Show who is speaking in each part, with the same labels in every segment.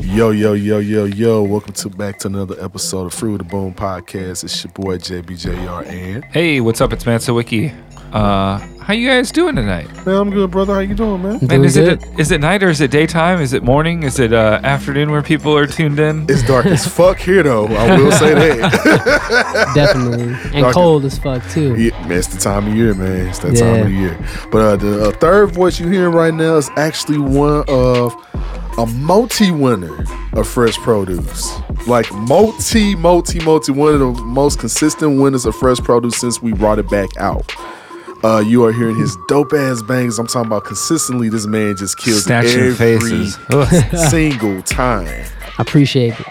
Speaker 1: Yo, yo, yo, yo, yo. Welcome to back to another episode of Fruit of the Boom Podcast. It's your boy JBJR and
Speaker 2: Hey, what's up? It's Matt Sawicki. Uh, how you guys doing tonight?
Speaker 1: Man, I'm good, brother. How you doing, man?
Speaker 2: Man,
Speaker 3: Doing
Speaker 2: is it
Speaker 3: good.
Speaker 2: is it night or is it daytime? Is it morning? Is it uh, afternoon where people are tuned in?
Speaker 1: It's dark as fuck here though. I will say that.
Speaker 3: Definitely. And
Speaker 1: Dark-
Speaker 3: cold as fuck too.
Speaker 1: yeah, man, it's the time of year, man. It's that time of
Speaker 3: Yeah.
Speaker 1: year. But uh, the uh, third voice you hear right now is actually one of a multi-winner of fresh produce. Like multi, multi, multi, one of the most consistent winners of fresh produce since we brought it back out. Uh, you are hearing his dope ass bangs. I'm talking about consistently. This man just kills every
Speaker 2: Snatching faces. Ugh.
Speaker 1: single time.
Speaker 3: I appreciate it.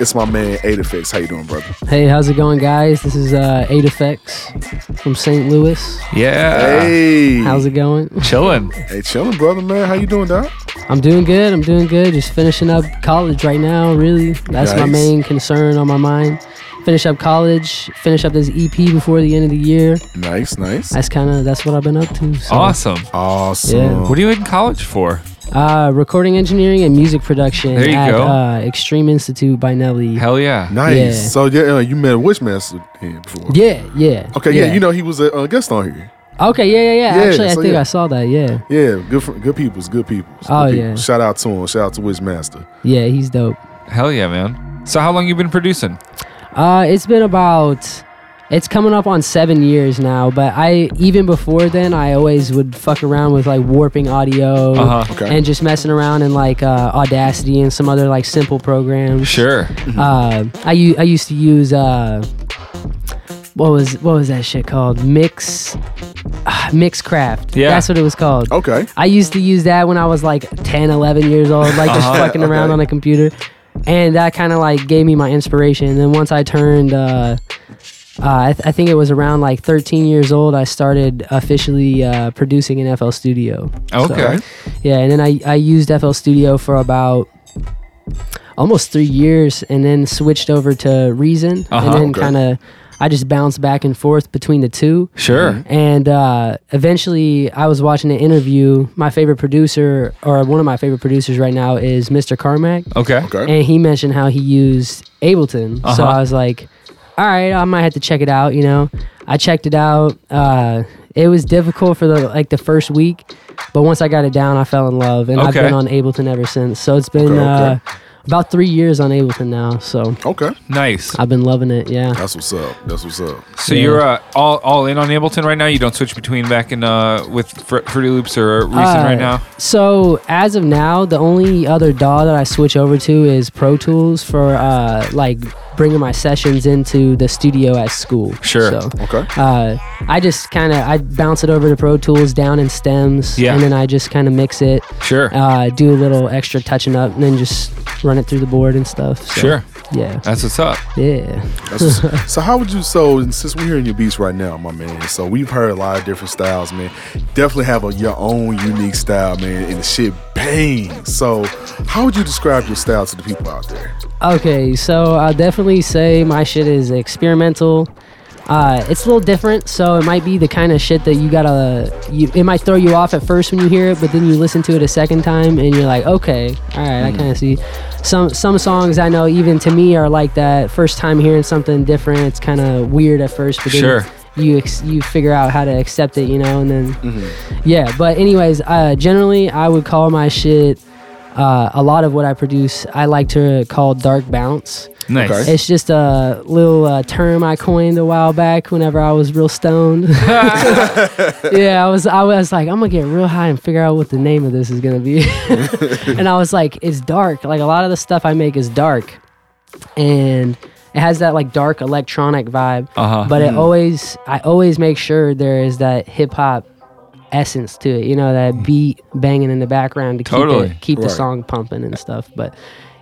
Speaker 1: It's my man Eight Effects. How you doing, brother?
Speaker 3: Hey, how's it going, guys? This is uh, 8 Effects from St. Louis.
Speaker 2: yeah,
Speaker 1: hey,
Speaker 3: Uh, How's it going?
Speaker 2: chilling.
Speaker 1: hey, chilling, brother, man. How you doing, doc?
Speaker 3: I'm doing good. I'm doing good. Just finishing up college right now, really. That's my
Speaker 1: Nice.
Speaker 3: main concern on my mind. Finish up college, finish up this EP before the end of the year.
Speaker 1: Nice, nice.
Speaker 3: That's kind of that's what I've been up to. So.
Speaker 2: Awesome.
Speaker 1: Awesome.
Speaker 3: Yeah.
Speaker 2: What are you in college for?
Speaker 3: Uh, recording engineering and music production
Speaker 2: There you
Speaker 3: at
Speaker 2: go.
Speaker 3: Uh, Extreme Institute by Nelly.
Speaker 2: Hell yeah.
Speaker 1: Nice.
Speaker 3: Yeah.
Speaker 1: So yeah, uh, you met Wishmaster here before.
Speaker 3: yeah, yeah.
Speaker 1: Okay, yeah. you know he was a uh, guest on here.
Speaker 3: Okay, yeah, yeah, yeah.
Speaker 1: Yeah,
Speaker 3: Actually,
Speaker 1: so
Speaker 3: I think
Speaker 1: yeah.
Speaker 3: I saw that. Yeah,
Speaker 1: Yeah, good, for, good peoples, good peoples.
Speaker 3: Oh,
Speaker 1: good
Speaker 3: yeah.
Speaker 1: Shout out to him. Shout out to Wishmaster.
Speaker 3: yeah. He's dope.
Speaker 2: Hell yeah, man. So how long you been producing?
Speaker 3: Uh, it's been about. It's coming up on seven years now, but I even before then, I always would fuck around with like warping audio
Speaker 2: Uh-huh.
Speaker 1: Okay.
Speaker 3: and just messing around in like uh, Audacity and some other like simple programs.
Speaker 2: Sure.
Speaker 3: Uh, I u- I used to use uh, what was what was that shit called? Mix, uh, Mixcraft.
Speaker 2: Yeah.
Speaker 3: that's what it was called.
Speaker 1: Okay.
Speaker 3: I used to use that when I was like 10, 11 years old, like just
Speaker 2: Uh-huh.
Speaker 3: fucking around
Speaker 1: Okay.
Speaker 3: on a computer. And that kind of like gave me my inspiration. And then once I turned, uh, uh, I, th- I think it was around like 13 years old, I started officially uh, producing in FL Studio. So,
Speaker 2: Okay.
Speaker 3: yeah, and then I, I used FL Studio for about almost three years and then switched over to Reason.
Speaker 2: Uh-huh,
Speaker 3: and then
Speaker 1: okay.
Speaker 3: kind of, I just bounced back and forth between the two.
Speaker 1: Mm-hmm.
Speaker 2: Sure.
Speaker 3: And uh, eventually, I was watching an interview. My favorite producer, or one of my favorite producers right now, is Mr. Carmack.
Speaker 2: Okay.
Speaker 1: Okay.
Speaker 3: And he mentioned how he used Ableton.
Speaker 2: Uh-huh.
Speaker 3: So I was like, all right, I might have to check it out, you know? I checked it out. Uh, it was difficult for the like the first week, but once I got it down, I fell in love, and I've
Speaker 2: Okay.
Speaker 3: been on Ableton ever since. So it's been
Speaker 1: Okay, okay.
Speaker 3: Uh, about three years on Ableton now. So
Speaker 1: Okay.
Speaker 2: Nice.
Speaker 3: I've been loving it. Yeah.
Speaker 1: That's what's up. That's what's up.
Speaker 2: So
Speaker 3: Yeah.
Speaker 2: you're uh, all all in on Ableton right now. You don't switch between back in uh, with Fr- Fruity Loops or Reason
Speaker 3: Uh,
Speaker 2: right now.
Speaker 3: So as of now, the only other DAW that I switch over to is Pro Tools for uh, like bringing my sessions into the studio at school.
Speaker 2: Sure.
Speaker 3: So,
Speaker 1: Okay.
Speaker 3: uh, I just kind of I bounce it over to Pro Tools down in stems,
Speaker 2: Yeah.
Speaker 3: and then I just kind of mix it,
Speaker 2: Sure.
Speaker 3: uh, do a little extra touching up, and then just run it through the board and stuff. So,
Speaker 2: sure. Uh,
Speaker 3: Yeah.
Speaker 2: That's what's up.
Speaker 3: Yeah.
Speaker 1: That's what's up. so how would you? So and since we're hearing your beats right now, my man. So we've heard a lot of different styles, man. Definitely have a, your own unique style, man, and the shit bangs. So how would you describe your style to the people out there?
Speaker 3: Okay, so I'll definitely say my shit is experimental. Uh, it's a little different, so it might be the kind of shit that you gotta. You, it might throw you off at first when you hear it, but then you listen to it a second time and you're like, okay, all right, I kind of see. Some some songs I know even to me are like that. First time hearing something different, it's kind of weird at first, but then
Speaker 2: Sure.
Speaker 3: you ex- you figure out how to accept it, you know, and then yeah. But anyways, uh, generally I would call my shit. Uh, a lot of what I produce, I like to call dark bounce.
Speaker 2: Nice.
Speaker 1: Okay.
Speaker 3: It's just a little uh, term I coined a while back whenever I was real stoned. yeah, I was I was like, I'm gonna get real high and figure out what the name of this is gonna be. and I was like, it's dark. Like a lot of the stuff I make is dark, and it has that like dark electronic vibe.
Speaker 2: Uh-huh.
Speaker 3: But it always I always make sure there is that hip hop essence to it. You know that beat banging in the background to
Speaker 2: Hmm. Totally.
Speaker 3: keep it, keep
Speaker 1: Right.
Speaker 3: the song pumping and stuff. But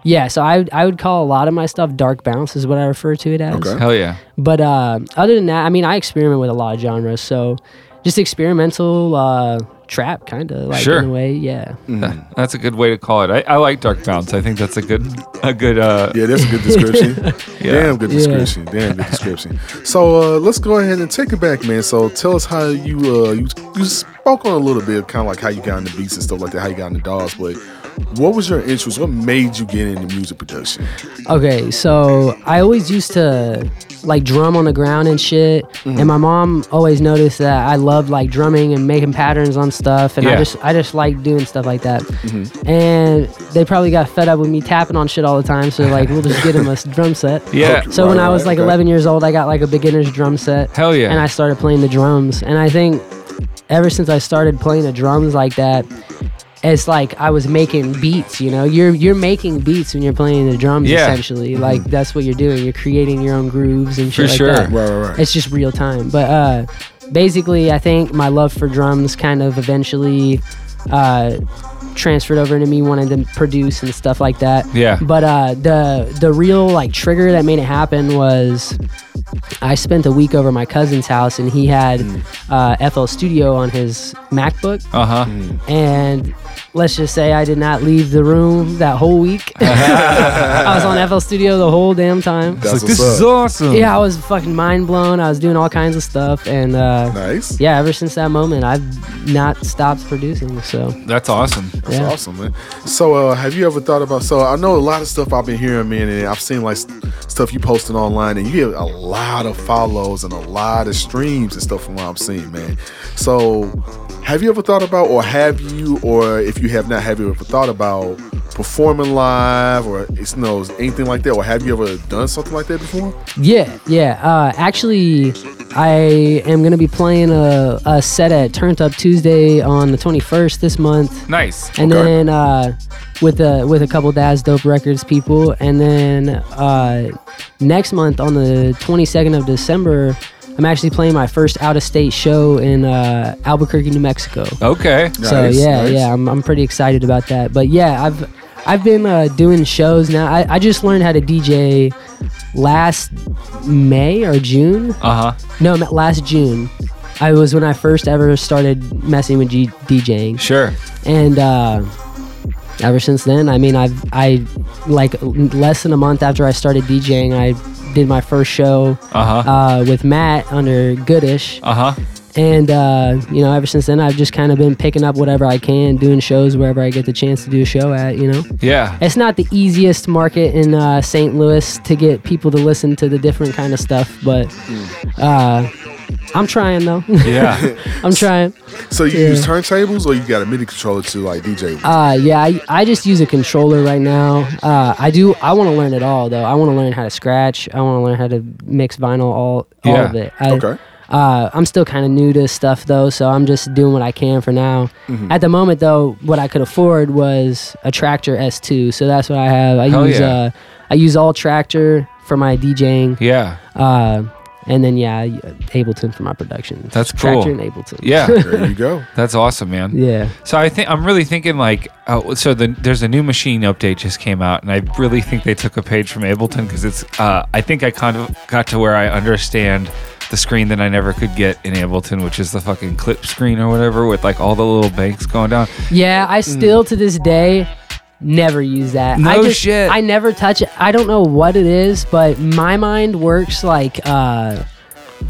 Speaker 3: yeah, so I I would call a lot of my stuff dark bounce is what I refer to it as.
Speaker 1: Okay.
Speaker 2: Hell yeah.
Speaker 3: But uh, other than that, I mean, I experiment with a lot of genres. So just experimental uh, trap, kind of like
Speaker 2: Sure.
Speaker 3: in a way. Yeah.
Speaker 1: Mm-hmm.
Speaker 2: That- That's a good way to call it. I, I like dark bounce. I think that's a good a good uh
Speaker 1: Yeah, that's a good description.
Speaker 2: Yeah.
Speaker 1: Damn good
Speaker 3: Yeah.
Speaker 1: description. Damn good description. So uh, let's go ahead and take it back, man. So tell us how you uh, you, you spoke on a little bit, kind of like how you got in the beats and stuff like that, how you got in the dogs, but What was your interest? What made you get into music production?
Speaker 3: Okay, so I always used to like drum on the ground and shit, and my mom always noticed that I loved like drumming and making patterns on stuff, and I
Speaker 2: Yeah. Mm-hmm.
Speaker 3: just I just like doing stuff like that. And they probably got fed up with me tapping on shit all the time, so like we'll just get him a s- drum set.
Speaker 2: Yeah.
Speaker 3: So when
Speaker 1: Right,
Speaker 3: I was
Speaker 1: right,
Speaker 3: like
Speaker 1: okay.
Speaker 3: 11 years old, I got like a beginner's drum set.
Speaker 2: Hell yeah.
Speaker 3: And I started playing the drums, and I think ever since I started playing the drums like that. It's like I was making beats, you know. You're you're making beats when you're playing the drums
Speaker 2: Yeah.
Speaker 3: essentially. Like that's what you're doing. You're creating your own grooves and
Speaker 2: For
Speaker 3: shit like
Speaker 2: sure.
Speaker 3: that.
Speaker 1: Right, right, right.
Speaker 3: It's just real time. But uh basically I think my love for drums kind of eventually uh transferred over into me wanting to produce and stuff like that.
Speaker 2: Yeah.
Speaker 3: But uh the the real like trigger that made it happen was I spent a week over my cousin's house and he had uh, FL Studio on his MacBook
Speaker 2: Uh huh.
Speaker 1: Mm,
Speaker 3: and let's just say I did not leave the room that whole week. I was on FL Studio the whole damn time.
Speaker 2: It's
Speaker 1: That's
Speaker 2: like this
Speaker 1: what's
Speaker 2: is
Speaker 1: up.
Speaker 2: awesome.
Speaker 3: Yeah, I was fucking mind blown. I was doing all kinds of stuff, and uh,
Speaker 1: Nice.
Speaker 3: yeah, ever since that moment, I've not stopped producing. So
Speaker 2: That's awesome.
Speaker 1: That's
Speaker 3: Yeah.
Speaker 1: awesome, man. So, uh, have you ever thought about? So, I know a lot of stuff I've been hearing, man, and I've seen like st- stuff you posting online, and you have a lot of follows and a lot of streams and stuff from what I'm seeing, man. So, have you ever thought about, or have you, or if you have not, have you ever thought about performing live or it's you know, anything like that, or have you ever done something like that before?
Speaker 3: yeah, yeah. Uh, actually, I am gonna be playing a, a set at Turned Up Tuesday on the 21st this month.
Speaker 2: Nice.
Speaker 3: and
Speaker 1: Okay.
Speaker 3: then uh, with a with a couple Daz Dope Records people, and then uh, next month on the 22nd of December, I'm actually playing my first out of state show in uh, Albuquerque, New Mexico.
Speaker 2: Okay.
Speaker 3: so
Speaker 1: Nice,
Speaker 3: yeah,
Speaker 1: nice.
Speaker 3: yeah, I'm I'm pretty excited about that. But yeah, I've I've been uh, doing shows now. I, I just learned how to DJ last May or June.
Speaker 2: Uh huh.
Speaker 3: No, ma- last June. I was when I first ever started messing with G- DJing
Speaker 2: Sure.
Speaker 3: and uh, ever since then, I mean, I've I like l- less than a month after I started DJing, I did my first show
Speaker 2: Uh huh.
Speaker 3: uh, with Matt under Goodish,
Speaker 2: Uh huh.
Speaker 3: and uh, you know, ever since then, I've just kind of been picking up whatever I can, doing shows wherever I get the chance to do a show at. You know,
Speaker 2: Yeah.
Speaker 3: it's not the easiest market in uh, St. Louis to get people to listen to the different kind of stuff, but uh, I'm trying though.
Speaker 2: Yeah.
Speaker 3: I'm trying.
Speaker 1: So, you
Speaker 3: Yeah.
Speaker 1: use turntables, or you got a MIDI controller to like DJ? with?
Speaker 3: Uh, yeah, I, I just use a controller right now. Uh, I do. I want to learn it all though. I want to learn how to scratch. I want to learn how to mix vinyl. All, all
Speaker 2: Yeah.
Speaker 3: of it. I,
Speaker 1: Okay.
Speaker 3: Uh, I'm still kind of new to stuff though, so I'm just doing what I can for now.
Speaker 2: Mm-hmm.
Speaker 3: At the moment though, what I could afford was a Tractor S2, so that's what I have. I
Speaker 2: Hell
Speaker 3: use
Speaker 2: yeah.
Speaker 3: uh, I use all Tractor for my DJing.
Speaker 2: Yeah.
Speaker 3: Uh, and then yeah, I- Ableton for my production.
Speaker 2: That's
Speaker 3: Tractor
Speaker 2: cool.
Speaker 3: and Ableton.
Speaker 2: Yeah.
Speaker 1: there you go.
Speaker 2: That's awesome, man.
Speaker 3: Yeah.
Speaker 2: So I think I'm really thinking like oh, so the, there's a new machine update just came out and I really think they took a page from Ableton because it's uh, I think I kind of got to where I understand the screen that I never could get in Ableton which is the fucking clip screen or whatever with like all the little banks going down.
Speaker 3: Yeah, I still to this day never use that.
Speaker 2: Mm. No
Speaker 3: I just,
Speaker 2: shit.
Speaker 3: I never touch it. I don't know what it is, but my mind works like uh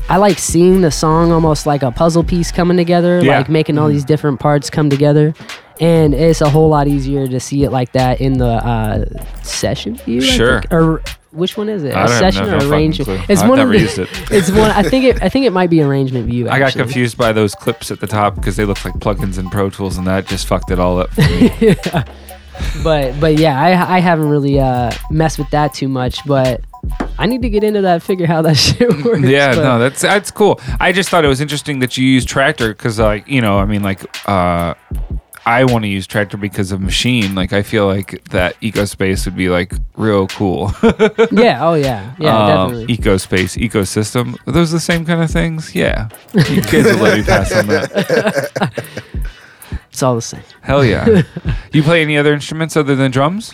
Speaker 3: I like seeing the song almost like a puzzle piece coming together,
Speaker 2: Yeah. Mm-hmm.
Speaker 3: like making all these different parts come together. And it's a whole lot easier to see it like that in the uh, session view. I
Speaker 2: Sure.
Speaker 3: think. Or which one is it?
Speaker 2: I
Speaker 3: A
Speaker 2: don't
Speaker 3: session
Speaker 2: know, no
Speaker 3: or
Speaker 2: fucking clue.
Speaker 3: arrangement? It's
Speaker 2: I've
Speaker 3: one
Speaker 2: never
Speaker 3: of the,
Speaker 2: used it.
Speaker 3: It's one. I think it. I think it might be arrangement view.
Speaker 2: I got
Speaker 3: actually.
Speaker 2: confused by those clips at the top because they look like plugins in Pro Tools and that just fucked it all up. For me.
Speaker 3: but but yeah, I I haven't really uh messed with that too much, but I need to get into that, figure how that shit works.
Speaker 2: yeah,
Speaker 3: but-
Speaker 2: no, that's that's cool. I just thought it was interesting that you use Tractor because, like, you know, I mean, like, uh, I want to use Tractor because of Machine. Like, I feel like that eco space would be like real cool.
Speaker 3: yeah, oh yeah, yeah,
Speaker 2: Um,
Speaker 3: definitely.
Speaker 2: Eco space, ecosystem. Are those the same kind of things? Yeah. You kids will let me pass on that.
Speaker 3: It's all the same.
Speaker 2: Hell yeah. You play any other instruments other than drums?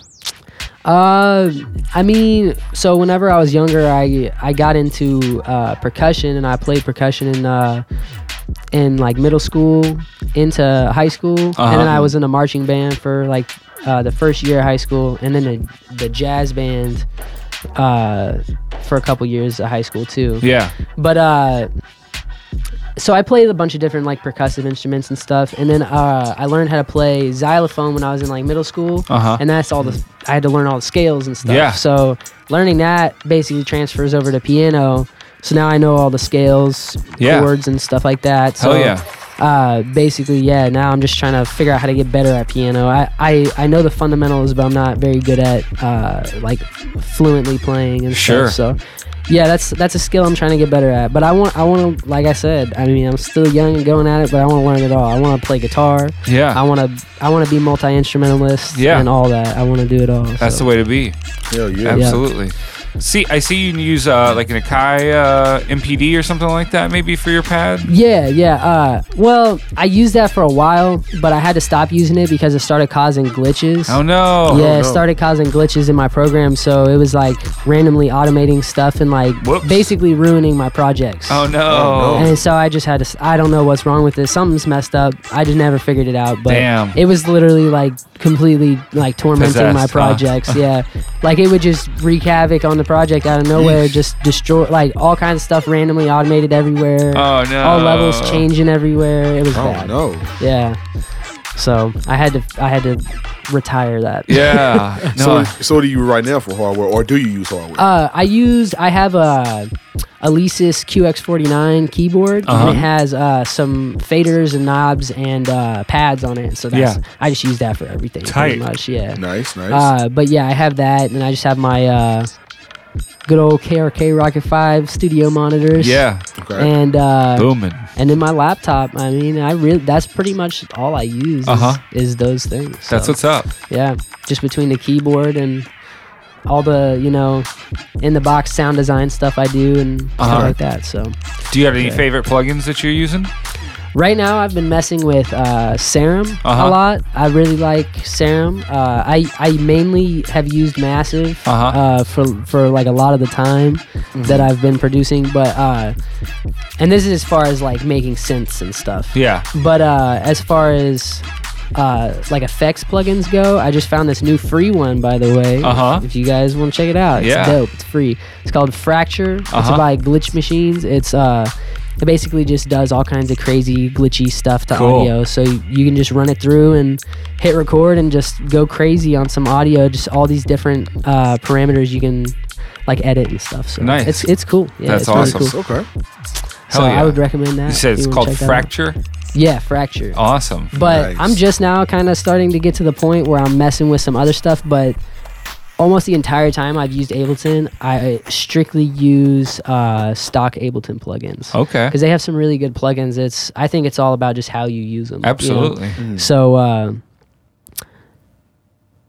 Speaker 3: Uh, I mean, so whenever I was younger, I I got into uh, percussion and I played percussion in uh, in like middle school into high school, and then
Speaker 2: Uh-huh.
Speaker 3: I was in a marching band for like uh, the first year of high school, and then the, the jazz band uh, for a couple years of high school too.
Speaker 2: Yeah.
Speaker 3: But uh so I played a bunch of different like percussive instruments and stuff, and then uh, I learned how to play xylophone when I was in like middle school,
Speaker 2: Uh-huh.
Speaker 3: and that's all the I had to learn all the scales and stuff.
Speaker 2: Yeah.
Speaker 3: So learning that basically transfers over to piano. So now I know all the scales,
Speaker 2: Yeah.
Speaker 3: chords, and stuff like that. So
Speaker 2: Hell yeah.
Speaker 3: Uh, basically, yeah. Now I'm just trying to figure out how to get better at piano. I, I, I know the fundamentals, but I'm not very good at uh, like fluently playing and
Speaker 2: Sure.
Speaker 3: stuff. So yeah, that's that's a skill I'm trying to get better at. But I want I want to like I said, I mean I'm still young and going at it, but I want to learn it all. I want to play guitar.
Speaker 2: Yeah.
Speaker 3: I want to I want to be multi instrumentalist.
Speaker 2: Yeah.
Speaker 3: and all that. I want to do it all.
Speaker 2: That's the way to be.
Speaker 1: Hell yeah.
Speaker 2: Absolutely. See, I see you use uh, like an Akai uh, MPD or something like that, maybe for your pad.
Speaker 3: Yeah, yeah. Uh, well, I used that for a while, but I had to stop using it because it started causing glitches.
Speaker 2: Oh no!
Speaker 3: yeah, it
Speaker 1: no.
Speaker 3: started causing glitches in my program, so it was like randomly automating stuff and like
Speaker 2: Whoops.
Speaker 3: basically ruining my projects.
Speaker 2: Oh no!
Speaker 1: Oh,
Speaker 3: And so I just had to. s- I don't know what's wrong with this. Something's messed up. I just never figured it out. But
Speaker 2: Damn.
Speaker 3: it was literally like completely like tormenting
Speaker 2: Possessed, huh?
Speaker 3: my projects. yeah, like it would just wreak havoc on the project out of nowhere. just destroy like all kinds of stuff randomly automated everywhere.
Speaker 2: Oh, no.
Speaker 3: All levels changing everywhere. It was
Speaker 1: Oh
Speaker 3: bad.
Speaker 1: no.
Speaker 3: Yeah. So I had to. I had to retire that.
Speaker 2: Yeah. No.
Speaker 1: So, so do you right now for hardware, or do you use hardware?
Speaker 3: Uh, I used. I have a. Alesis QX49 keyboard
Speaker 2: Uh-huh.
Speaker 3: and it has uh, some faders and knobs and uh, pads on it. So that's
Speaker 2: Yeah.
Speaker 3: I just use that for everything
Speaker 2: Tight.
Speaker 3: pretty much. Yeah.
Speaker 1: nice, nice.
Speaker 3: Uh, but yeah, I have that and I just have my uh, good old KRK Rocket 5 studio monitors.
Speaker 2: yeah.
Speaker 1: okay.
Speaker 3: And uh,
Speaker 2: Booming.
Speaker 3: and then my laptop. I mean, I really that's pretty much all I use is,
Speaker 2: Uh-huh.
Speaker 3: is those things. So,
Speaker 2: That's what's up.
Speaker 3: yeah, just between the keyboard and all the you know in the box sound design stuff I do and
Speaker 2: Uh-huh.
Speaker 3: stuff like that. So
Speaker 2: Do you have any
Speaker 3: Yeah.
Speaker 2: favorite plugins that you're using?
Speaker 3: right now I've been messing with uh, Serum
Speaker 2: Uh-huh.
Speaker 3: a lot. I really like Serum. Uh, I I mainly have used Massive
Speaker 2: Uh-huh. Mm-hmm.
Speaker 3: uh, for for like a lot of the time that I've been producing, but uh, and this is as far as like making synths and stuff.
Speaker 2: Yeah.
Speaker 3: But uh, as far as uh, like effects plugins go, I just found this new free one, by the way.
Speaker 2: Uh-huh.
Speaker 3: If you guys want to check it out, it's
Speaker 2: Yeah.
Speaker 3: dope. It's free. It's called Fracture.
Speaker 2: Uh-huh.
Speaker 3: It's by Glitch Machines. It's uh, it basically just does all kinds of crazy glitchy stuff to
Speaker 2: Cool.
Speaker 3: audio. So y- you can just run it through and hit record and just go crazy on some audio. Just all these different uh, parameters you can like edit and stuff. So
Speaker 2: Nice.
Speaker 3: It's it's cool. Yeah,
Speaker 2: That's
Speaker 3: it's really
Speaker 2: awesome.
Speaker 3: cool.
Speaker 1: Okay.
Speaker 3: So
Speaker 2: Hell yeah.
Speaker 3: I would recommend that.
Speaker 2: You said
Speaker 3: if
Speaker 2: it's
Speaker 3: wanna
Speaker 2: called
Speaker 3: check that out.
Speaker 2: Fracture.
Speaker 3: Yeah, Fracture.
Speaker 2: Awesome.
Speaker 3: But
Speaker 1: Nice.
Speaker 3: I'm just now kind of starting to get to the point where I'm messing with some other stuff, but almost the entire time I've used Ableton, I strictly use uh, stock Ableton plugins.
Speaker 2: Okay.
Speaker 3: Because they have some really good plugins. It's I think it's all about just how you use them. you know?
Speaker 2: Absolutely.
Speaker 3: So uh,